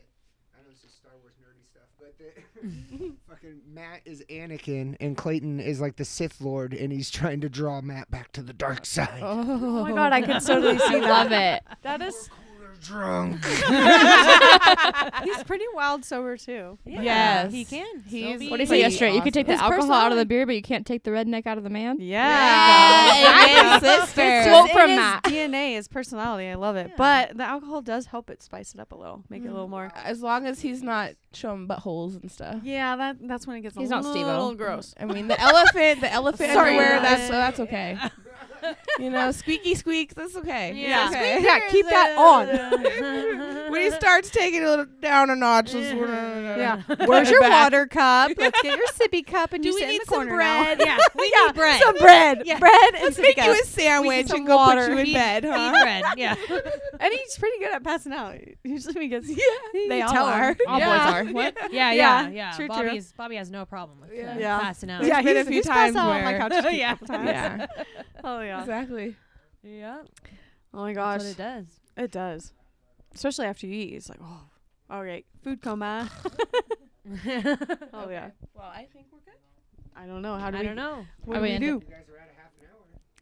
Speaker 1: I know this is Star Wars nerdy stuff, but that fucking Matt is Anakin and Clayton is like the Sith Lord, and he's trying to draw Matt back to the dark side.
Speaker 6: oh my god, I can totally see
Speaker 8: I
Speaker 6: that.
Speaker 8: love it.
Speaker 6: That is,
Speaker 1: We're drunk.
Speaker 6: he's pretty wild sober too.
Speaker 9: Yeah,
Speaker 7: Yes.
Speaker 9: he can.
Speaker 7: He's-
Speaker 9: still be-
Speaker 7: What
Speaker 8: What do you say
Speaker 7: He's
Speaker 8: yesterday? You could take the
Speaker 6: awesome. His
Speaker 8: alcohol out of the beer, but you can't take the redneck out of the man.
Speaker 6: Yeah.
Speaker 7: Yes, sister.
Speaker 6: It's
Speaker 8: Quote
Speaker 6: just
Speaker 8: from
Speaker 6: in his
Speaker 8: Matt.
Speaker 6: DNA, his personality. I love it. But the alcohol does help it spice it up a little, make it a little more.
Speaker 7: as long as he's not showing buttholes and stuff.
Speaker 6: Yeah, that that's when it gets
Speaker 8: He's
Speaker 6: a
Speaker 8: not
Speaker 6: little
Speaker 8: Steve-O.
Speaker 6: gross.
Speaker 7: I mean, the elephant, the elephant
Speaker 6: Sorry,
Speaker 7: everywhere.
Speaker 6: guys.
Speaker 7: That's uh, so that's okay. you know, squeaky squeaks. That's okay.
Speaker 9: Yeah.
Speaker 7: It's okay.
Speaker 6: Yeah, keep that on.
Speaker 7: when he starts taking it down a notch, it's-
Speaker 6: Yeah. Where's your
Speaker 7: Back.
Speaker 6: water cup? Let's get your sippy cup and
Speaker 9: Do
Speaker 6: you
Speaker 9: we
Speaker 6: sit in
Speaker 9: need
Speaker 6: the
Speaker 9: some
Speaker 6: corner
Speaker 9: bread?
Speaker 6: now.
Speaker 9: Yeah, we need bread.
Speaker 6: Some bread.
Speaker 9: Yeah.
Speaker 6: Bread and
Speaker 7: Let's
Speaker 6: sippy
Speaker 7: make you
Speaker 6: cup.
Speaker 7: a sandwich
Speaker 6: some
Speaker 7: and go
Speaker 6: water.
Speaker 7: put you in
Speaker 6: He-
Speaker 7: bed,
Speaker 9: Eat
Speaker 7: huh?
Speaker 9: bread. Yeah.
Speaker 6: And he's pretty good at passing out. Usually when he gets yeah,
Speaker 7: you
Speaker 6: they all
Speaker 7: tell
Speaker 6: are.
Speaker 7: her.
Speaker 8: All
Speaker 6: Yeah.
Speaker 8: boys are. What?
Speaker 6: Yeah,
Speaker 9: Yeah, yeah, yeah.
Speaker 6: true, true.
Speaker 9: Bobby, Is, Bobby has no problem with uh,
Speaker 6: Yeah.
Speaker 9: passing out.
Speaker 6: Yeah, he's,
Speaker 7: There's been a few
Speaker 6: he's
Speaker 7: times
Speaker 6: passed out on my
Speaker 7: where-
Speaker 6: couch a
Speaker 9: Yeah.
Speaker 6: couple times.
Speaker 7: Yeah,
Speaker 6: Oh yeah.
Speaker 7: exactly.
Speaker 6: Yeah. Oh my gosh.
Speaker 9: That's what it does.
Speaker 6: It does. Especially after you eat. It's like, oh, all right, food coma. oh, yeah.
Speaker 7: Well, I think we're good.
Speaker 6: I don't know. How do
Speaker 9: I
Speaker 6: we,
Speaker 9: don't know.
Speaker 6: What
Speaker 8: Are
Speaker 6: do
Speaker 8: we
Speaker 6: we
Speaker 8: in
Speaker 6: do?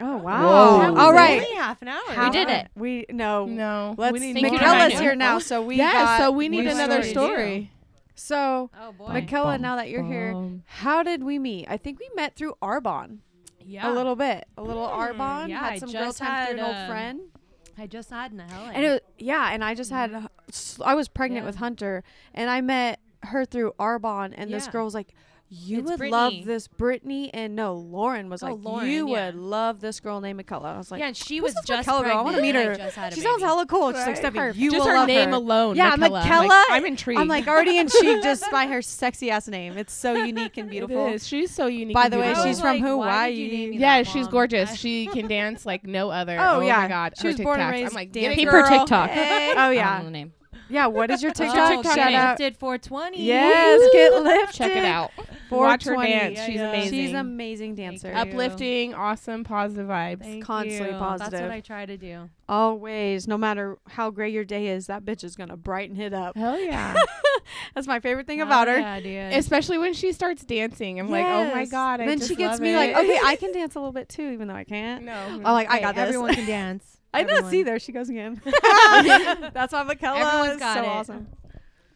Speaker 6: Oh,
Speaker 9: That
Speaker 6: wow.
Speaker 9: was
Speaker 6: All right.
Speaker 9: Only half an hour.
Speaker 8: We did it.
Speaker 6: We, no.
Speaker 7: No.
Speaker 6: Let's,
Speaker 7: we need
Speaker 8: Thank you,
Speaker 6: Michaela's
Speaker 8: Ryan.
Speaker 6: here now, so we
Speaker 7: yeah,
Speaker 6: got
Speaker 7: so we need
Speaker 6: more
Speaker 7: another
Speaker 6: stories.
Speaker 7: story.
Speaker 6: So,
Speaker 9: Oh boy.
Speaker 6: Michaela, now that you're
Speaker 8: Oh,
Speaker 6: here, how did we meet? I think we met through Arbon
Speaker 9: yeah.
Speaker 6: a little bit, a little Arbon.
Speaker 9: yeah, I
Speaker 6: had some girl
Speaker 9: just
Speaker 6: time through an
Speaker 9: had, um,
Speaker 6: old friend.
Speaker 9: I just had an LA.
Speaker 6: And it was, yeah, and I just had
Speaker 7: mm-hmm.
Speaker 6: a- s- I was pregnant
Speaker 9: Yeah.
Speaker 6: with Hunter, and I met her through Arbon, and this
Speaker 9: Yeah.
Speaker 6: girl was like, "You
Speaker 9: It's
Speaker 6: would love
Speaker 9: Brittany.
Speaker 6: this Brittany," and no, Lauren was
Speaker 9: Oh,
Speaker 6: like,
Speaker 9: Lauren,
Speaker 6: "You
Speaker 9: yeah.
Speaker 6: would love this girl named McCullough." I was like,
Speaker 9: yeah, and she
Speaker 6: "Who's
Speaker 9: was
Speaker 6: this
Speaker 9: just
Speaker 6: McCullough girl? I wanna
Speaker 9: pregnant
Speaker 6: meet
Speaker 9: and
Speaker 6: her.
Speaker 9: just had a
Speaker 6: She sounds
Speaker 9: baby.
Speaker 6: hella cool. She's like, Stephanie, you
Speaker 7: just
Speaker 6: will
Speaker 7: her
Speaker 6: love
Speaker 7: name
Speaker 6: her.
Speaker 7: alone.
Speaker 6: Yeah,
Speaker 7: Michaela. Like,
Speaker 6: Michaela-
Speaker 7: I'm intrigued.
Speaker 6: I'm like already in she just by her sexy ass name. It's so unique and beautiful.
Speaker 7: It is. She's so unique.
Speaker 6: By
Speaker 7: and
Speaker 6: the way,
Speaker 7: beautiful.
Speaker 6: she's
Speaker 9: was
Speaker 6: from
Speaker 9: like, Why did you
Speaker 6: Hawaii.
Speaker 9: name me
Speaker 7: yeah,
Speaker 9: that,
Speaker 7: she's
Speaker 9: Mom?
Speaker 7: gorgeous.
Speaker 9: I-
Speaker 7: She can dance like no other.
Speaker 6: Oh, yeah.
Speaker 7: my god,
Speaker 6: She
Speaker 7: her
Speaker 6: was born and
Speaker 7: TikToks.
Speaker 6: raised
Speaker 7: I'm like,
Speaker 6: dancing.
Speaker 7: get it,
Speaker 8: Paper
Speaker 7: girl. Um,
Speaker 8: TikTok.
Speaker 6: Oh
Speaker 8: I don't know
Speaker 6: yeah,
Speaker 8: the name.
Speaker 6: yeah. What is your
Speaker 9: oh,
Speaker 6: TikTok? Shout
Speaker 9: get
Speaker 6: out.
Speaker 9: lifted 420.
Speaker 6: Yes, get lifted.
Speaker 8: Check it out.
Speaker 7: Watch her
Speaker 6: 420.
Speaker 7: dance. She's
Speaker 6: She's
Speaker 7: amazing.
Speaker 6: an amazing dancer.
Speaker 9: you.
Speaker 7: Uplifting, awesome, positive vibes.
Speaker 9: Thank
Speaker 6: Constantly
Speaker 9: you. That's
Speaker 6: positive.
Speaker 9: what I try to do.
Speaker 6: Always, no matter how gray your day is, that bitch is gonna brighten it up.
Speaker 7: Hell yeah.
Speaker 6: That's my favorite thing about her.
Speaker 9: Oh, Yeah, dude.
Speaker 7: Especially when she starts dancing. I'm like, oh my
Speaker 6: Yes.
Speaker 7: god. I
Speaker 6: then
Speaker 7: just
Speaker 6: she gets
Speaker 7: love
Speaker 6: me like,
Speaker 7: it.
Speaker 6: okay, I can dance a little bit too, even though I can't.
Speaker 7: no.
Speaker 6: I'm like, I
Speaker 9: Hey,
Speaker 6: got this.
Speaker 9: Everyone can dance.
Speaker 6: I know.
Speaker 9: Everyone.
Speaker 6: See, there she goes again. That's why Michaela
Speaker 9: Everyone's
Speaker 6: is
Speaker 9: got
Speaker 6: so
Speaker 9: it.
Speaker 6: awesome.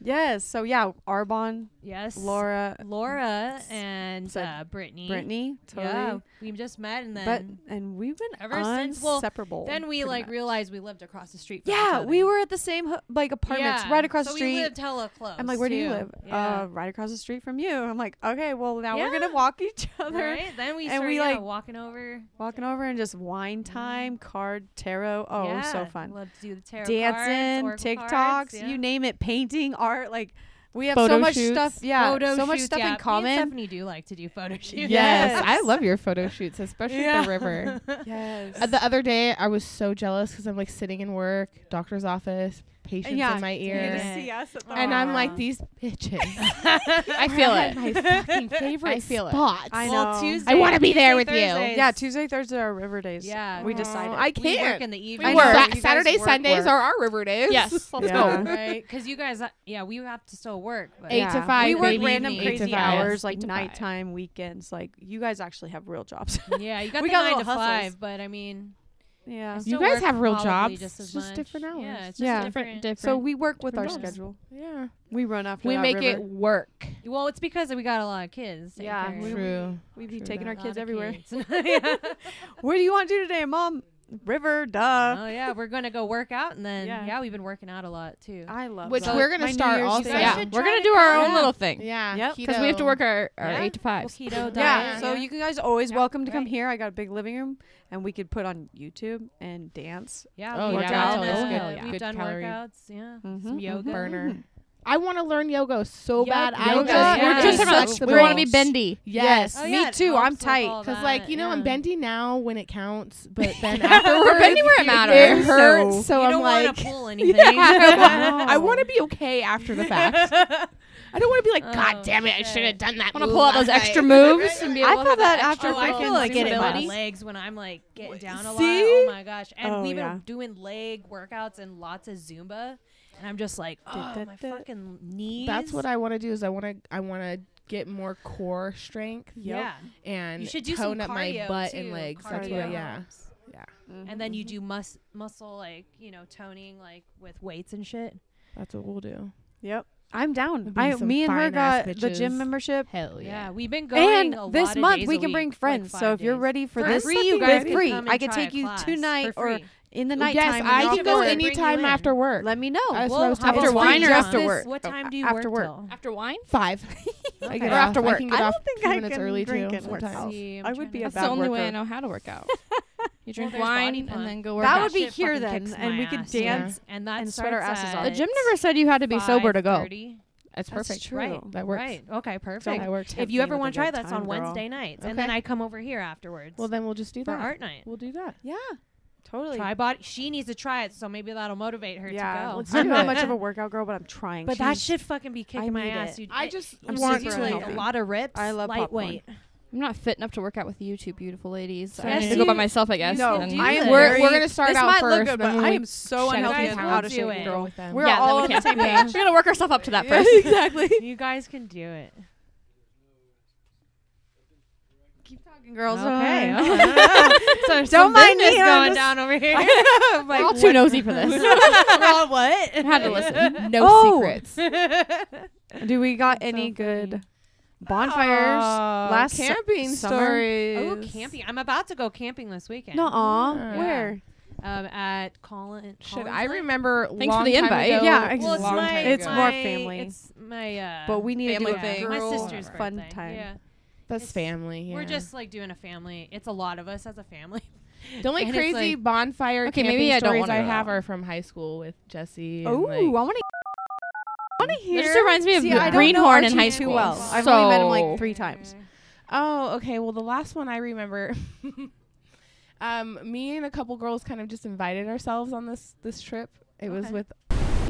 Speaker 6: Yes. So yeah, Arbon,
Speaker 9: Yes.
Speaker 6: Laura,
Speaker 9: Laura and
Speaker 6: Said
Speaker 9: uh, Brittany.
Speaker 6: Brittany, totally.
Speaker 9: Yeah. We just met and
Speaker 6: But
Speaker 9: then
Speaker 6: and we've been
Speaker 9: Ever since- well,
Speaker 6: inseparable.
Speaker 9: then we
Speaker 6: pretty
Speaker 9: like
Speaker 6: much.
Speaker 9: realized we lived across the street from each
Speaker 6: Yeah,
Speaker 9: other.
Speaker 6: we were at the same ho- like apartments
Speaker 9: Yeah.
Speaker 6: right across
Speaker 9: so
Speaker 6: the street.
Speaker 9: we lived hella close.
Speaker 6: I'm like, where do you
Speaker 9: too.
Speaker 6: live?
Speaker 9: Yeah.
Speaker 6: Uh, right across the street from you. I'm like, okay, well now we're
Speaker 9: Yeah.
Speaker 6: gonna walk each other,
Speaker 9: right? Then we
Speaker 6: and
Speaker 9: started
Speaker 6: we,
Speaker 9: yeah,
Speaker 6: like-
Speaker 9: walking over.
Speaker 6: walking over and just wine time, card, tarot. Oh, it was so
Speaker 9: Mm-hmm. Yeah,
Speaker 6: fun.
Speaker 9: Love to do the tarot
Speaker 6: Dancing,
Speaker 9: cards, oracle
Speaker 6: TikToks,
Speaker 9: cards, yeah.
Speaker 6: you name it, painting, art. Like we have so
Speaker 7: Photo
Speaker 6: much
Speaker 7: shoots.
Speaker 6: stuff. Yeah,
Speaker 9: Photo
Speaker 6: so much
Speaker 9: shoots,
Speaker 6: stuff
Speaker 9: yeah. Me
Speaker 6: in
Speaker 9: and
Speaker 6: common.
Speaker 9: Stephanie do like to do photo shoots.
Speaker 7: Yes.
Speaker 6: Yes.
Speaker 7: I love your photo shoots, especially at the river.
Speaker 6: Yes.
Speaker 7: Uh, the other day, I was so jealous because I'm like sitting in work, doctor's office, patients
Speaker 6: Yeah,
Speaker 7: in my
Speaker 6: You
Speaker 7: ear,
Speaker 6: get to
Speaker 9: Yeah.
Speaker 6: see us at the
Speaker 7: and I'm like
Speaker 6: Aw.
Speaker 7: these bitches.
Speaker 8: I feel it.
Speaker 7: my fucking favorite
Speaker 8: I feel it.
Speaker 7: spots.
Speaker 6: I
Speaker 9: Well,
Speaker 6: know.
Speaker 9: Tuesday,
Speaker 7: I wanna be there
Speaker 9: Tuesday,
Speaker 7: with you.
Speaker 9: Thursdays.
Speaker 6: Yeah, Tuesday, Thursday are river days.
Speaker 9: Yeah.
Speaker 6: we
Speaker 9: Aw,
Speaker 6: decided.
Speaker 7: I
Speaker 9: We work
Speaker 7: can't.
Speaker 9: in the
Speaker 7: We
Speaker 9: evening.
Speaker 6: I
Speaker 7: work.
Speaker 6: know, you guys
Speaker 7: Saturday,
Speaker 6: work,
Speaker 7: Sundays
Speaker 6: work.
Speaker 7: are our river days.
Speaker 8: Yes. Let's
Speaker 6: Yeah.
Speaker 8: go.
Speaker 9: right? Because you guys, uh, yeah, we have to still work. But
Speaker 7: Eight
Speaker 6: Yeah.
Speaker 7: to five.
Speaker 6: We work
Speaker 7: baby.
Speaker 6: random
Speaker 7: Eight to
Speaker 6: crazy
Speaker 7: five.
Speaker 6: hours, like
Speaker 7: Eight to five.
Speaker 6: nighttime, weekends. Like you guys actually have real jobs.
Speaker 9: yeah, you got
Speaker 6: We
Speaker 9: the
Speaker 6: got
Speaker 9: nine
Speaker 6: little
Speaker 9: to
Speaker 6: hustles.
Speaker 9: five, but I mean, I
Speaker 6: yeah.
Speaker 7: You
Speaker 9: still
Speaker 7: guys
Speaker 9: work
Speaker 7: have real
Speaker 9: probably
Speaker 7: jobs.
Speaker 9: Just as
Speaker 7: It's just
Speaker 9: much.
Speaker 7: different hours.
Speaker 9: Yeah, it's just
Speaker 6: Yeah.
Speaker 9: different.
Speaker 8: Different, different.
Speaker 6: So we work with our
Speaker 7: different jobs.
Speaker 6: schedule.
Speaker 7: Yeah.
Speaker 6: We run after.
Speaker 7: We
Speaker 6: that
Speaker 7: make
Speaker 6: river.
Speaker 7: it work.
Speaker 9: Well, it's because we got a lot of kids. taking
Speaker 6: Yeah,
Speaker 9: care of
Speaker 6: we-
Speaker 9: a
Speaker 7: True.
Speaker 6: We be
Speaker 7: True
Speaker 6: taking
Speaker 7: that.
Speaker 6: our
Speaker 9: lot
Speaker 6: kids
Speaker 9: of
Speaker 6: everywhere.
Speaker 9: kids. yeah.
Speaker 6: What do you want to do today, Mom? River, duh.
Speaker 9: Oh yeah, we're gonna go work out, and then
Speaker 6: Uh, Yeah.
Speaker 9: yeah, we've been working out a lot too.
Speaker 6: I love.
Speaker 7: Which
Speaker 6: that.
Speaker 7: we're gonna
Speaker 6: My New
Speaker 7: start
Speaker 6: Year's
Speaker 7: also-
Speaker 6: Day.
Speaker 7: Yeah.
Speaker 8: Yeah,
Speaker 9: should
Speaker 8: we're
Speaker 9: try
Speaker 8: gonna
Speaker 9: to
Speaker 8: do our
Speaker 9: go.
Speaker 8: own little thing
Speaker 7: Yeah.
Speaker 6: Yep,
Speaker 8: because we have to work our, our
Speaker 9: Yeah.
Speaker 8: eight to five.
Speaker 9: Well, keto
Speaker 6: Yeah,
Speaker 9: diet.
Speaker 6: so you guys always
Speaker 9: Yeah,
Speaker 6: welcome to come
Speaker 9: right.
Speaker 6: here. I got a big living room, and we could put on YouTube and dance.
Speaker 9: yeah,
Speaker 7: Oh,
Speaker 9: we've
Speaker 6: yeah,
Speaker 9: done,
Speaker 6: that's
Speaker 9: uh,
Speaker 6: good.
Speaker 9: we've
Speaker 7: Good
Speaker 9: done
Speaker 7: calorie.
Speaker 9: workouts. Yeah,
Speaker 6: Mhm,
Speaker 9: some
Speaker 6: mhm.
Speaker 9: yoga.
Speaker 7: Burner. I want to learn yoga so
Speaker 9: Yeah,
Speaker 7: bad. I
Speaker 6: yoga.
Speaker 7: just,
Speaker 6: Yeah.
Speaker 7: we're
Speaker 6: Yeah.
Speaker 7: just
Speaker 6: Just
Speaker 7: so
Speaker 6: about
Speaker 7: flexible.
Speaker 8: we want to be bendy.
Speaker 7: Yes.
Speaker 9: Oh,
Speaker 6: Me
Speaker 9: yeah, it
Speaker 6: too,
Speaker 9: helps
Speaker 6: I'm
Speaker 9: with
Speaker 6: tight.
Speaker 9: all
Speaker 7: Because,
Speaker 9: that,
Speaker 7: like, you know, I'm
Speaker 9: yeah.
Speaker 7: bendy now when it counts, but then
Speaker 8: We're
Speaker 7: afterwards,
Speaker 8: bendy where it
Speaker 7: it
Speaker 8: matters.
Speaker 7: hurts. So
Speaker 9: you
Speaker 7: I'm
Speaker 9: don't
Speaker 7: like,
Speaker 9: want to pull anything.
Speaker 7: yeah, I want to be okay after the fact. I don't want to be like,
Speaker 9: Oh,
Speaker 7: God damn it, I
Speaker 9: shit.
Speaker 7: should have done that.
Speaker 8: Want to
Speaker 7: move
Speaker 8: pull out
Speaker 7: last
Speaker 8: those extra
Speaker 7: night."
Speaker 8: moves and be able
Speaker 6: I
Speaker 8: to
Speaker 6: feel
Speaker 8: have
Speaker 6: that
Speaker 8: extra
Speaker 6: after
Speaker 9: Oh, I feel
Speaker 6: freaking
Speaker 9: like getting my
Speaker 8: flexibility.
Speaker 9: legs when I'm like getting down a lot.
Speaker 6: See?
Speaker 9: Oh my gosh! And
Speaker 6: Oh,
Speaker 9: we've been
Speaker 6: yeah.
Speaker 9: doing leg workouts and lots of Zumba, and I'm just like, oh
Speaker 6: da,
Speaker 9: my
Speaker 6: da.
Speaker 9: fucking knees.
Speaker 7: That's what I want to do. Is I want to, I want to get more core strength
Speaker 9: Yeah.
Speaker 7: and
Speaker 9: You should do
Speaker 7: tone up
Speaker 9: some
Speaker 7: my
Speaker 9: cardio,
Speaker 7: butt
Speaker 9: too.
Speaker 7: and legs. That's
Speaker 9: Cardio
Speaker 7: what, yeah.
Speaker 9: helps.
Speaker 6: Mhm.
Speaker 9: And then you do mus- muscle like you know toning like with weights and shit.
Speaker 7: That's what we'll do.
Speaker 6: Yep, I'm down.
Speaker 7: We'll be
Speaker 6: I,
Speaker 7: some
Speaker 6: me and her
Speaker 7: fine-ass
Speaker 6: got the
Speaker 7: bitches.
Speaker 6: gym membership.
Speaker 7: Hell
Speaker 9: Yeah, we've been going.
Speaker 6: And
Speaker 9: a
Speaker 6: this
Speaker 9: lot of
Speaker 6: month
Speaker 9: days
Speaker 6: we
Speaker 9: a
Speaker 6: can
Speaker 9: week,
Speaker 6: bring
Speaker 9: like
Speaker 6: friends. so
Speaker 9: five
Speaker 6: if you're
Speaker 9: days.
Speaker 6: ready for
Speaker 7: For
Speaker 6: this,
Speaker 7: free, you
Speaker 6: you
Speaker 7: guys
Speaker 6: guys
Speaker 7: can
Speaker 6: free.
Speaker 9: come
Speaker 6: I
Speaker 9: and
Speaker 6: could
Speaker 9: try
Speaker 6: take
Speaker 9: a
Speaker 6: you
Speaker 9: class for
Speaker 6: tonight or
Speaker 9: free.
Speaker 6: in the
Speaker 7: Oh,
Speaker 6: night
Speaker 7: yes,
Speaker 6: time.
Speaker 7: I
Speaker 9: all
Speaker 7: can go
Speaker 9: four. Bring you
Speaker 7: anytime
Speaker 9: in.
Speaker 7: after work.
Speaker 6: Let me know.
Speaker 7: That's what I
Speaker 9: Well,
Speaker 7: was
Speaker 9: how
Speaker 7: talking
Speaker 6: After
Speaker 9: about
Speaker 7: about.
Speaker 6: wine
Speaker 9: we
Speaker 6: or
Speaker 9: just
Speaker 6: after
Speaker 9: this-
Speaker 6: work?
Speaker 9: What
Speaker 7: Oh,
Speaker 9: time do you
Speaker 7: after
Speaker 9: work?
Speaker 7: work.
Speaker 9: till?
Speaker 8: After wine,
Speaker 7: Five. I get off.
Speaker 9: Or
Speaker 6: after
Speaker 7: I
Speaker 6: work.
Speaker 7: can get
Speaker 6: I
Speaker 7: off
Speaker 6: don't think
Speaker 7: two
Speaker 6: I
Speaker 7: minutes
Speaker 6: can
Speaker 7: early
Speaker 6: drink
Speaker 7: too.
Speaker 6: and work
Speaker 7: sometimes.
Speaker 6: out.
Speaker 9: See, I'm
Speaker 6: I would
Speaker 9: trying
Speaker 6: be
Speaker 9: to-
Speaker 6: a
Speaker 8: that's
Speaker 6: bad
Speaker 8: the only way
Speaker 6: worker.
Speaker 8: I know how to work out. You
Speaker 9: Well,
Speaker 8: drink
Speaker 9: there's body
Speaker 8: wine
Speaker 9: pump.
Speaker 8: and then go work
Speaker 6: That
Speaker 8: out.
Speaker 6: would be
Speaker 9: Shit
Speaker 6: here
Speaker 9: fucking
Speaker 6: then,
Speaker 9: kicks
Speaker 6: and
Speaker 9: my
Speaker 6: we could
Speaker 9: ass, yeah.
Speaker 6: dance
Speaker 9: and that
Speaker 6: and sweat our
Speaker 9: starts
Speaker 6: asses
Speaker 9: at
Speaker 6: off.
Speaker 8: the gym never said you had to be sober to go.
Speaker 9: 5:30.
Speaker 7: That's
Speaker 6: That's
Speaker 7: perfect.
Speaker 6: true.
Speaker 9: Right.
Speaker 7: That works.
Speaker 9: Right. Okay. Perfect.
Speaker 7: That works.
Speaker 9: if you ever
Speaker 6: with
Speaker 9: want
Speaker 6: a
Speaker 9: to try
Speaker 6: good
Speaker 9: that, it's
Speaker 6: time,
Speaker 9: on
Speaker 6: girl.
Speaker 9: Wednesday nights, and then
Speaker 7: Okay.
Speaker 9: I come over here afterwards.
Speaker 7: Well, then we'll just do
Speaker 9: for
Speaker 7: that.
Speaker 9: art night.
Speaker 7: We'll do that.
Speaker 6: Yeah, totally.
Speaker 9: Try body. She needs to try it, so maybe that'll motivate her
Speaker 6: yeah,
Speaker 9: to go.
Speaker 7: let's
Speaker 6: I'm
Speaker 7: do
Speaker 6: not
Speaker 7: it.
Speaker 6: much of a workout girl, but I'm trying.
Speaker 9: but that
Speaker 6: She's-
Speaker 9: should fucking be kicking my
Speaker 6: need
Speaker 9: ass.
Speaker 6: it.
Speaker 9: dude.
Speaker 7: I
Speaker 9: It-
Speaker 7: just
Speaker 6: I'm
Speaker 9: you
Speaker 7: want
Speaker 9: need
Speaker 6: super
Speaker 9: to eat
Speaker 6: unhealthy.
Speaker 9: a lot of rips.
Speaker 6: I love popcorn.
Speaker 9: lightweight.
Speaker 8: I'm not fit enough to work out with you two beautiful ladies.
Speaker 7: So
Speaker 8: I need
Speaker 7: you-
Speaker 8: to go by myself, I guess.
Speaker 7: No,
Speaker 8: then.
Speaker 9: do I am this.
Speaker 7: we're- we're gonna start
Speaker 6: this
Speaker 7: out
Speaker 6: might Look
Speaker 7: first,
Speaker 6: good,
Speaker 7: then
Speaker 6: but
Speaker 7: we'll
Speaker 6: I am so
Speaker 8: check
Speaker 6: unhealthy
Speaker 8: guys
Speaker 6: and
Speaker 8: will
Speaker 6: out of
Speaker 9: do
Speaker 6: shape,
Speaker 9: it.
Speaker 6: girl.
Speaker 7: with them.
Speaker 6: We're
Speaker 8: Yeah, then
Speaker 6: all
Speaker 8: we
Speaker 6: on the
Speaker 8: can't.
Speaker 6: same page.
Speaker 8: We're gonna work ourselves up to that
Speaker 6: Yeah,
Speaker 8: first.
Speaker 6: exactly.
Speaker 9: You guys can do it.
Speaker 6: Keep talking, girls.
Speaker 9: Okay.
Speaker 6: Uh,
Speaker 9: "Oh, so
Speaker 6: Don't mind me,
Speaker 9: business
Speaker 6: I'm
Speaker 9: going
Speaker 6: just-
Speaker 9: down over here.
Speaker 6: I'm
Speaker 8: We're
Speaker 6: like,
Speaker 8: all too nosy for this.
Speaker 9: Well, what?
Speaker 8: I had to listen. No
Speaker 6: Oh.
Speaker 8: secrets.
Speaker 6: Do we got
Speaker 9: That's so
Speaker 6: any good
Speaker 9: funny.
Speaker 6: bonfires? last su-
Speaker 7: camping
Speaker 6: summer?
Speaker 7: stories.
Speaker 9: Oh, camping! I'm about to go camping this weekend.
Speaker 6: No, uh, aw,
Speaker 7: Yeah.
Speaker 6: where?
Speaker 9: um, at Colin.
Speaker 7: Should
Speaker 9: Collins
Speaker 7: I
Speaker 9: Lake?
Speaker 7: remember?
Speaker 8: Thanks for
Speaker 7: long
Speaker 8: the
Speaker 7: time
Speaker 8: invite.
Speaker 7: ago-
Speaker 6: Yeah, ex-
Speaker 9: Well, it's
Speaker 7: long
Speaker 9: my,
Speaker 7: time
Speaker 6: It's
Speaker 7: ago.
Speaker 6: more
Speaker 9: my-
Speaker 6: family.
Speaker 9: It's my uh,
Speaker 6: But we need
Speaker 7: Family
Speaker 6: to do
Speaker 7: thing.
Speaker 6: a
Speaker 9: my
Speaker 6: girl
Speaker 9: sister's
Speaker 6: fun
Speaker 9: birthday.
Speaker 6: time.
Speaker 9: Yeah.
Speaker 7: That's
Speaker 9: it's-
Speaker 7: family.
Speaker 9: We're
Speaker 7: yeah.
Speaker 9: just like doing a family. It's a lot of us as a family.
Speaker 7: the only
Speaker 9: and it's
Speaker 7: crazy
Speaker 9: like-
Speaker 7: bonfire
Speaker 8: Okay,
Speaker 7: camping
Speaker 8: maybe I don't
Speaker 7: stories
Speaker 8: wanna
Speaker 7: I
Speaker 8: go
Speaker 7: have
Speaker 8: out.
Speaker 7: are from high school with Jesse. and,
Speaker 6: Oh, I
Speaker 7: like,
Speaker 6: want to. Want to hear?
Speaker 8: This just reminds me of
Speaker 6: See,
Speaker 8: the
Speaker 6: I don't know
Speaker 8: Greenhorn in
Speaker 6: Archie
Speaker 8: high
Speaker 6: too
Speaker 8: school.
Speaker 6: well. I've only met him like
Speaker 8: So-
Speaker 6: three times.
Speaker 7: Oh, okay. Well, the last one I remember, um, me and a couple girls kind of just invited ourselves on this this trip. It was
Speaker 9: Okay.
Speaker 7: with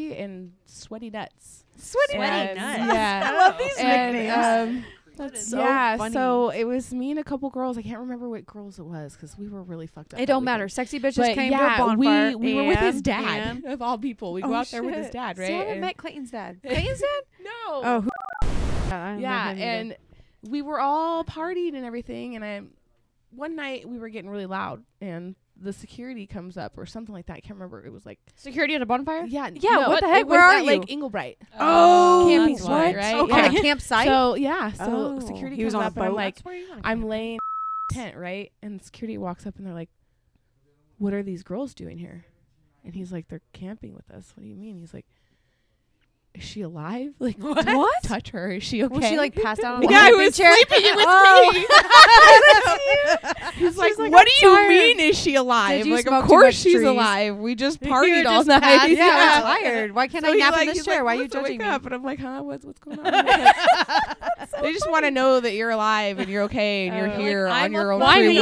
Speaker 7: and sweaty nuts.
Speaker 6: Sweaty
Speaker 9: Sweaty
Speaker 7: nuts.
Speaker 9: nuts.
Speaker 7: Yeah.
Speaker 6: I love these nicknames.
Speaker 7: And, um,
Speaker 9: That's
Speaker 6: uh, so
Speaker 7: yeah,
Speaker 6: funny.
Speaker 7: so it was me and a couple girls. I can't remember what girls it was because we were really fucked up.
Speaker 6: it
Speaker 7: that
Speaker 6: don't
Speaker 7: weekend.
Speaker 6: matter. Sexy bitches
Speaker 7: But
Speaker 6: came
Speaker 7: yeah,
Speaker 6: to a bonfire.
Speaker 7: we, we were with his
Speaker 6: and-
Speaker 7: dad
Speaker 6: and-
Speaker 7: of all people. We go
Speaker 6: Oh,
Speaker 7: out there with his
Speaker 6: shit.
Speaker 7: dad, right?
Speaker 6: See, I haven't
Speaker 7: And-
Speaker 6: met Clayton's dad. Clayton's dad?
Speaker 7: no.
Speaker 6: Oh, who? Yeah, I don't
Speaker 7: yeah,
Speaker 6: know him either.
Speaker 7: and we were all partied and everything. And I, one night we were getting really loud, and the security comes up or something like that. I can't remember. It was like
Speaker 8: Security at a bonfire?
Speaker 7: yeah,
Speaker 6: Yeah,
Speaker 7: no,
Speaker 6: what the
Speaker 7: it
Speaker 6: heck?
Speaker 7: was
Speaker 6: Where
Speaker 7: at
Speaker 6: are
Speaker 7: Lake Englebright.
Speaker 6: Oh,
Speaker 7: Camping
Speaker 6: what?
Speaker 7: spot, right?
Speaker 6: Oh,
Speaker 7: Yeah.
Speaker 6: On a campsite.
Speaker 7: So yeah, so
Speaker 6: Oh.
Speaker 7: security
Speaker 6: He was
Speaker 7: comes
Speaker 6: on a
Speaker 7: up, and I'm
Speaker 6: boat.
Speaker 7: like,
Speaker 9: where you want
Speaker 7: I'm laying tent right, and security walks up, and they're like, "What are these girls doing here?" And he's like, "They're camping with us." What do you mean? He's like. Is she alive? Like what?
Speaker 6: What?
Speaker 7: Touch her? Is she okay?
Speaker 6: Was she like passed out on a
Speaker 7: Yeah, I
Speaker 6: camping
Speaker 7: was
Speaker 6: chair?
Speaker 7: sleeping. It was
Speaker 6: Oh.
Speaker 7: me.
Speaker 6: She's
Speaker 7: He's like, what do you mean? Is she alive?
Speaker 6: Did you
Speaker 7: like,
Speaker 6: smoke
Speaker 7: of
Speaker 6: too
Speaker 7: course
Speaker 6: much
Speaker 7: she's
Speaker 6: trees?
Speaker 7: alive. We just
Speaker 6: You
Speaker 7: partied all
Speaker 6: just
Speaker 7: night.
Speaker 6: passed out. Yeah, I'm tired. Why can't
Speaker 7: So
Speaker 6: I
Speaker 7: he's
Speaker 6: nap
Speaker 7: like-
Speaker 6: in this
Speaker 7: he's
Speaker 6: chair?
Speaker 7: like,
Speaker 6: Why are you
Speaker 7: "Melissa,
Speaker 6: judging
Speaker 7: wake
Speaker 6: me?
Speaker 7: Up. And I'm like, huh? What's what's going on? I'm like, they just want to know that you're alive and you're okay and
Speaker 6: Uh,
Speaker 7: you're
Speaker 9: Oh.
Speaker 7: here
Speaker 9: Like,
Speaker 7: on
Speaker 9: I'm
Speaker 7: your own
Speaker 8: alive.
Speaker 7: free
Speaker 8: Why me?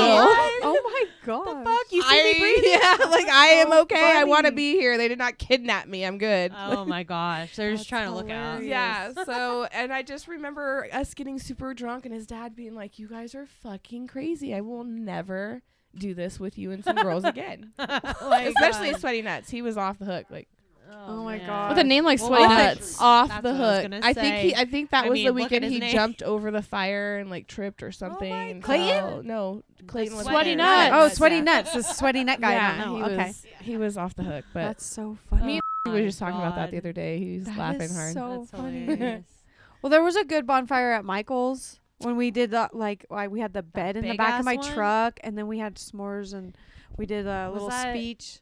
Speaker 7: will.
Speaker 6: Oh my god!
Speaker 9: fuck? You see
Speaker 7: I,
Speaker 9: me breathing?
Speaker 7: yeah, like I am
Speaker 6: So
Speaker 7: okay. I want to
Speaker 6: funny.
Speaker 7: be here. They did not kidnap me. I'm good.
Speaker 9: Oh my gosh! They're just trying to look out.
Speaker 7: Yeah. So, and I just remember us getting super drunk and his dad being like, "You guys are fucking crazy. I will never do this with you and some girls again."
Speaker 9: Like,
Speaker 7: Especially
Speaker 9: um,
Speaker 7: sweaty nuts. He was off the hook, like
Speaker 6: Oh my
Speaker 9: man.
Speaker 6: God.
Speaker 8: With a name like
Speaker 9: Well,
Speaker 8: Sweaty
Speaker 7: off,
Speaker 9: that's-
Speaker 8: Nuts.
Speaker 7: off
Speaker 9: that's
Speaker 7: the
Speaker 9: what I was
Speaker 7: hook.
Speaker 9: gonna
Speaker 7: I think
Speaker 9: say.
Speaker 7: he. I think that
Speaker 9: I
Speaker 7: was
Speaker 9: mean,
Speaker 7: the
Speaker 9: look at
Speaker 7: weekend
Speaker 9: his
Speaker 7: he
Speaker 9: name.
Speaker 7: jumped over the fire and like tripped or something.
Speaker 9: my
Speaker 7: and
Speaker 9: Clayton?
Speaker 7: fell. No, Clayton was
Speaker 9: Sweaty
Speaker 7: there.
Speaker 8: Nuts.
Speaker 6: Oh,
Speaker 8: Nuts,
Speaker 6: sweaty nuts. This sweaty nut guy.
Speaker 7: Yeah,
Speaker 6: I don't
Speaker 7: he
Speaker 6: know. Okay,
Speaker 7: was. He was off the hook, but
Speaker 6: that's so funny.
Speaker 9: Me
Speaker 7: we were just talking about that the
Speaker 9: God.
Speaker 7: other day. He was
Speaker 6: That
Speaker 7: laughing
Speaker 6: is
Speaker 7: hard.
Speaker 6: So
Speaker 9: That's
Speaker 6: funny.
Speaker 9: hilarious.
Speaker 6: Well, there was a good bonfire at Michael's when we did the like I, we had the bed in the
Speaker 9: big
Speaker 6: back of
Speaker 9: ass
Speaker 6: my
Speaker 9: one?
Speaker 6: truck, and then we had s'mores and we did a
Speaker 9: Was
Speaker 6: little
Speaker 9: that-
Speaker 6: speech.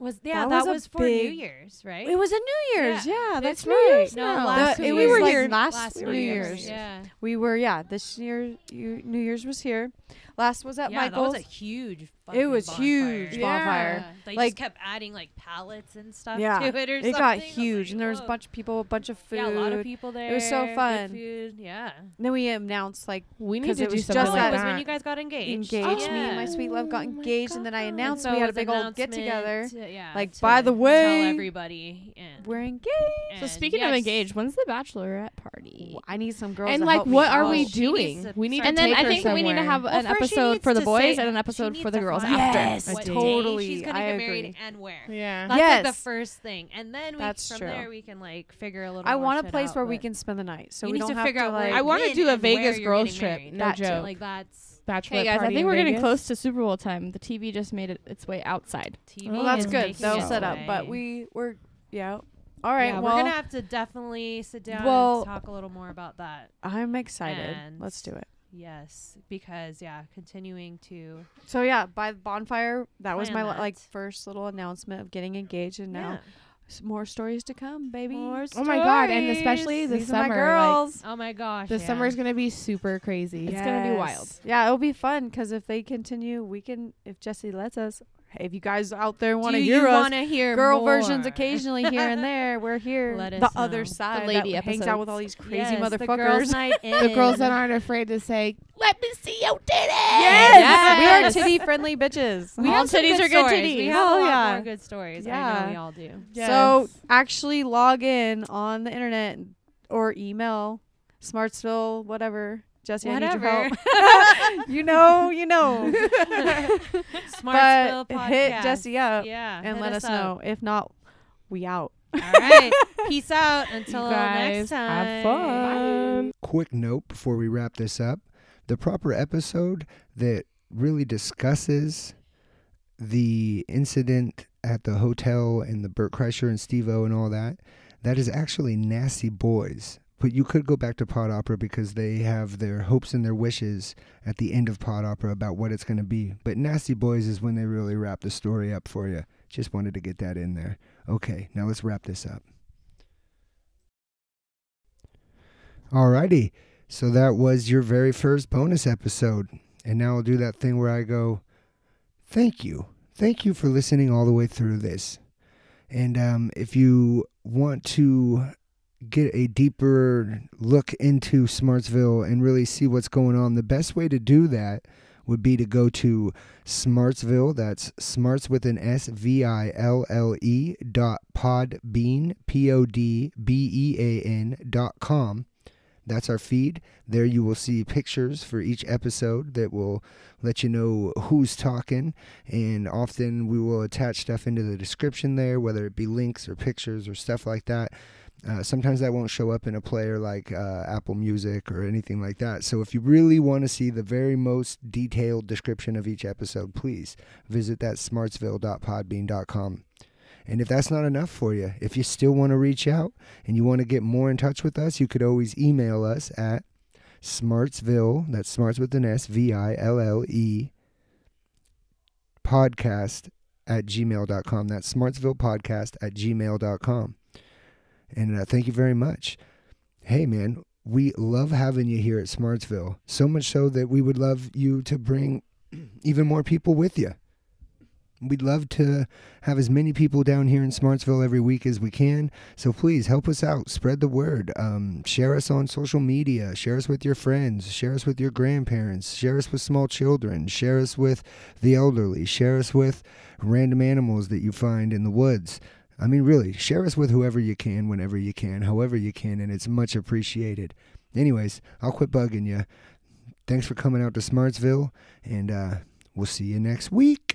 Speaker 9: Was yeah,
Speaker 6: That
Speaker 9: that,
Speaker 6: was a
Speaker 9: was, for New
Speaker 6: big-
Speaker 9: Year's, right?
Speaker 6: It was a New Year's. Yeah,
Speaker 9: Yeah.
Speaker 6: that's
Speaker 7: It's
Speaker 6: New
Speaker 7: New
Speaker 6: Year's.
Speaker 7: Year's
Speaker 9: no,
Speaker 7: now.
Speaker 9: last
Speaker 6: The-
Speaker 9: New
Speaker 6: it
Speaker 9: Year's.
Speaker 6: was like
Speaker 9: Year's.
Speaker 6: last,
Speaker 9: Last
Speaker 6: New
Speaker 9: New
Speaker 6: Year's.
Speaker 9: Yeah.
Speaker 6: We were yeah. This year, you, New Year's was here. Last was at
Speaker 9: yeah,
Speaker 6: Michael's.
Speaker 9: that was a huge.
Speaker 6: it
Speaker 9: fucking
Speaker 6: was
Speaker 9: bonfire.
Speaker 6: huge
Speaker 7: Yeah.
Speaker 6: bonfire.
Speaker 9: They
Speaker 6: Like-
Speaker 9: just kept adding like pallets and stuff
Speaker 6: Yeah.
Speaker 9: to it or
Speaker 6: It
Speaker 9: something. I
Speaker 6: got
Speaker 9: was
Speaker 6: huge,
Speaker 9: like,
Speaker 6: and there was a
Speaker 9: "Whoa."
Speaker 6: bunch of people, a bunch of food.
Speaker 9: Yeah, a lot of people there.
Speaker 6: It was so
Speaker 9: good
Speaker 6: fun.
Speaker 9: food, Yeah.
Speaker 6: And then we announced like
Speaker 7: We need
Speaker 6: 'Cause
Speaker 7: to
Speaker 6: it
Speaker 7: do
Speaker 6: was
Speaker 7: something
Speaker 6: just
Speaker 9: oh,
Speaker 7: like
Speaker 9: it was
Speaker 7: that.
Speaker 9: when you guys got engaged.
Speaker 6: engaged. Me and my
Speaker 9: Yeah.
Speaker 6: sweet love got
Speaker 7: Oh my
Speaker 6: engaged, and then I
Speaker 7: God.
Speaker 6: announced
Speaker 9: So
Speaker 6: we
Speaker 9: it
Speaker 6: had a
Speaker 9: was
Speaker 6: big old get
Speaker 9: announcement
Speaker 6: together.
Speaker 9: to- yeah,
Speaker 6: like,
Speaker 9: to
Speaker 6: by the way-
Speaker 9: tell everybody. And,
Speaker 6: We're engaged.
Speaker 8: So
Speaker 9: and
Speaker 8: speaking of
Speaker 9: yes.
Speaker 8: engaged, when's the bachelorette party?
Speaker 6: I need some girls.
Speaker 7: And
Speaker 6: to
Speaker 7: like,
Speaker 6: help me
Speaker 7: what are
Speaker 6: out.
Speaker 7: we
Speaker 9: She
Speaker 7: doing?
Speaker 9: needs to
Speaker 7: We need
Speaker 8: and
Speaker 7: to
Speaker 8: then
Speaker 7: take
Speaker 8: I
Speaker 7: her
Speaker 8: think we need to
Speaker 7: somewhere.
Speaker 8: have
Speaker 9: Well,
Speaker 8: an
Speaker 9: first she
Speaker 8: episode
Speaker 9: needs
Speaker 8: for the
Speaker 9: to
Speaker 8: boys
Speaker 9: say-
Speaker 8: and an
Speaker 9: she
Speaker 8: episode
Speaker 9: needs
Speaker 8: for the
Speaker 9: to
Speaker 8: girls
Speaker 9: find
Speaker 8: after.
Speaker 6: Yes,
Speaker 9: what day
Speaker 6: totally.
Speaker 9: She's gonna
Speaker 6: I
Speaker 9: get
Speaker 6: agree.
Speaker 9: married and where.
Speaker 7: Yeah.
Speaker 9: That's like
Speaker 6: Yes.
Speaker 9: the first thing, and then we,
Speaker 6: That's
Speaker 9: from
Speaker 6: true.
Speaker 9: there we can like figure a little.
Speaker 6: I
Speaker 9: more
Speaker 6: want a
Speaker 9: shit
Speaker 6: place
Speaker 9: out,
Speaker 6: where we
Speaker 9: but
Speaker 6: can spend the night, so
Speaker 9: you
Speaker 6: we
Speaker 9: need
Speaker 6: don't
Speaker 9: to
Speaker 6: have
Speaker 9: figure
Speaker 6: to
Speaker 9: out where
Speaker 6: like.
Speaker 7: I wanna
Speaker 9: when
Speaker 7: do a
Speaker 9: and where
Speaker 7: Vegas
Speaker 9: you're
Speaker 7: girls
Speaker 9: getting
Speaker 7: trip,
Speaker 9: married.
Speaker 7: no
Speaker 6: That too.
Speaker 7: joke.
Speaker 9: Like that's
Speaker 7: Bachelor
Speaker 8: Hey guys, I
Speaker 7: party
Speaker 8: think
Speaker 7: in
Speaker 8: we're getting
Speaker 7: Vegas.
Speaker 8: close to Super Bowl time. The TV just made it its way outside.
Speaker 9: TV.
Speaker 6: Well, that's
Speaker 9: is
Speaker 6: good.
Speaker 9: making
Speaker 6: They'll
Speaker 9: its
Speaker 6: set up, but
Speaker 9: way.
Speaker 6: we we're yeah. All right.
Speaker 9: Yeah,
Speaker 6: well,
Speaker 9: we're gonna have to definitely sit down
Speaker 6: Well-
Speaker 9: and talk a little more about that.
Speaker 6: I'm excited.
Speaker 9: And-
Speaker 6: Let's do it.
Speaker 9: Yes, because yeah, continuing to
Speaker 6: So yeah, by the bonfire, that was my
Speaker 9: Plan
Speaker 6: li- like
Speaker 9: that.
Speaker 6: first little announcement of getting engaged, and now
Speaker 9: yeah.
Speaker 6: s- more stories to come, baby.
Speaker 9: More
Speaker 7: Oh my god! And
Speaker 9: stories.
Speaker 7: especially the
Speaker 6: These
Speaker 7: summer.
Speaker 6: are my
Speaker 7: like,
Speaker 6: girls.
Speaker 9: Oh my gosh.
Speaker 7: the
Speaker 9: yeah.
Speaker 7: summer's gonna be super crazy.
Speaker 8: It's gonna be wild.
Speaker 6: Yes. Yeah, it'll be fun because if they continue, we can. If Jesse lets us, hey, if you guys out there want to
Speaker 9: Do
Speaker 6: hear
Speaker 9: you
Speaker 6: us,
Speaker 9: want to hear
Speaker 6: girl
Speaker 9: more?
Speaker 6: versions occasionally here and there. We're here.
Speaker 9: Let
Speaker 6: the
Speaker 9: us
Speaker 6: other
Speaker 9: know.
Speaker 6: side
Speaker 8: The lady
Speaker 6: that hangs out with
Speaker 8: episodes.
Speaker 6: all these crazy
Speaker 9: Yes, The girls,
Speaker 6: motherfuckers.
Speaker 9: night
Speaker 7: The girls
Speaker 9: in.
Speaker 7: that aren't afraid to say, "Let me see your titties."
Speaker 8: Yes.
Speaker 6: we are titty friendly bitches.
Speaker 9: We
Speaker 8: All
Speaker 9: have some
Speaker 8: titties
Speaker 9: good
Speaker 8: are good
Speaker 9: stories. We
Speaker 6: titties.
Speaker 9: have
Speaker 6: Hell
Speaker 9: a lot
Speaker 6: yeah.
Speaker 9: more good stories. I
Speaker 6: Yeah.
Speaker 9: know we all do.
Speaker 6: So actually log in on the internet or email Smartsville whatever Jesse, I need your
Speaker 9: Whatever.
Speaker 6: help. you know, you know.
Speaker 9: Smartsville
Speaker 6: but
Speaker 9: podcast.
Speaker 6: hit Jesse up
Speaker 9: yeah,
Speaker 6: and
Speaker 9: hit
Speaker 6: let us
Speaker 9: up.
Speaker 6: know. If not, we out.
Speaker 9: All right, peace out until
Speaker 7: guys,
Speaker 9: next time.
Speaker 7: have fun.
Speaker 1: quick note before we wrap this up the proper episode that really discusses the incident at the hotel and the Burt Kreischer and Steve O and all that, that is actually Nasty Boys. But you could go back to Pod Opera because they have their hopes and their wishes at the end of Pod Opera about what it's going to be. But Nasty Boys is when they really wrap the story up for you. Just wanted to get that in there. Okay, now let's wrap this up. Alrighty. So that was your very first bonus episode. And now I'll do that thing where I go, thank you. Thank you for listening all the way through this. And um, if you want to get a deeper look into Smartsville and really see what's going on, the best way to do that would be to go to Smartsville. That's smarts with an S V I L L E dot podbean, P O D B E A N dot com. That's our feed. There you will see pictures for each episode that will let you know who's talking. And often we will attach stuff into the description there, whether it be links or pictures or stuff like that. Uh, sometimes that won't show up in a player like uh, Apple Music or anything like that. So if you really want to see the very most detailed description of each episode, please visit that smartsville.podbean.com. And if that's not enough for you, if you still want to reach out and you want to get more in touch with us, you could always email us at smartsville, that's smarts with an S, V I L L E, podcast at gmail.com. That's smartsville podcast at gmail.com. And uh, thank you very much. Hey, man, we love having you here at Smartsville, so much so that we would love you to bring even more people with you. We'd love to have as many people down here in Smartsville every week as we can. So please help us out. Spread the word. Um, share us on social media. Share us with your friends. Share us with your grandparents. Share us with small children. Share us with the elderly. Share us with random animals that you find in the woods. I mean, really, share us with whoever you can, whenever you can, however you can, and it's much appreciated. Anyways, I'll quit bugging you. Thanks for coming out to Smartsville, and uh, we'll see you next week.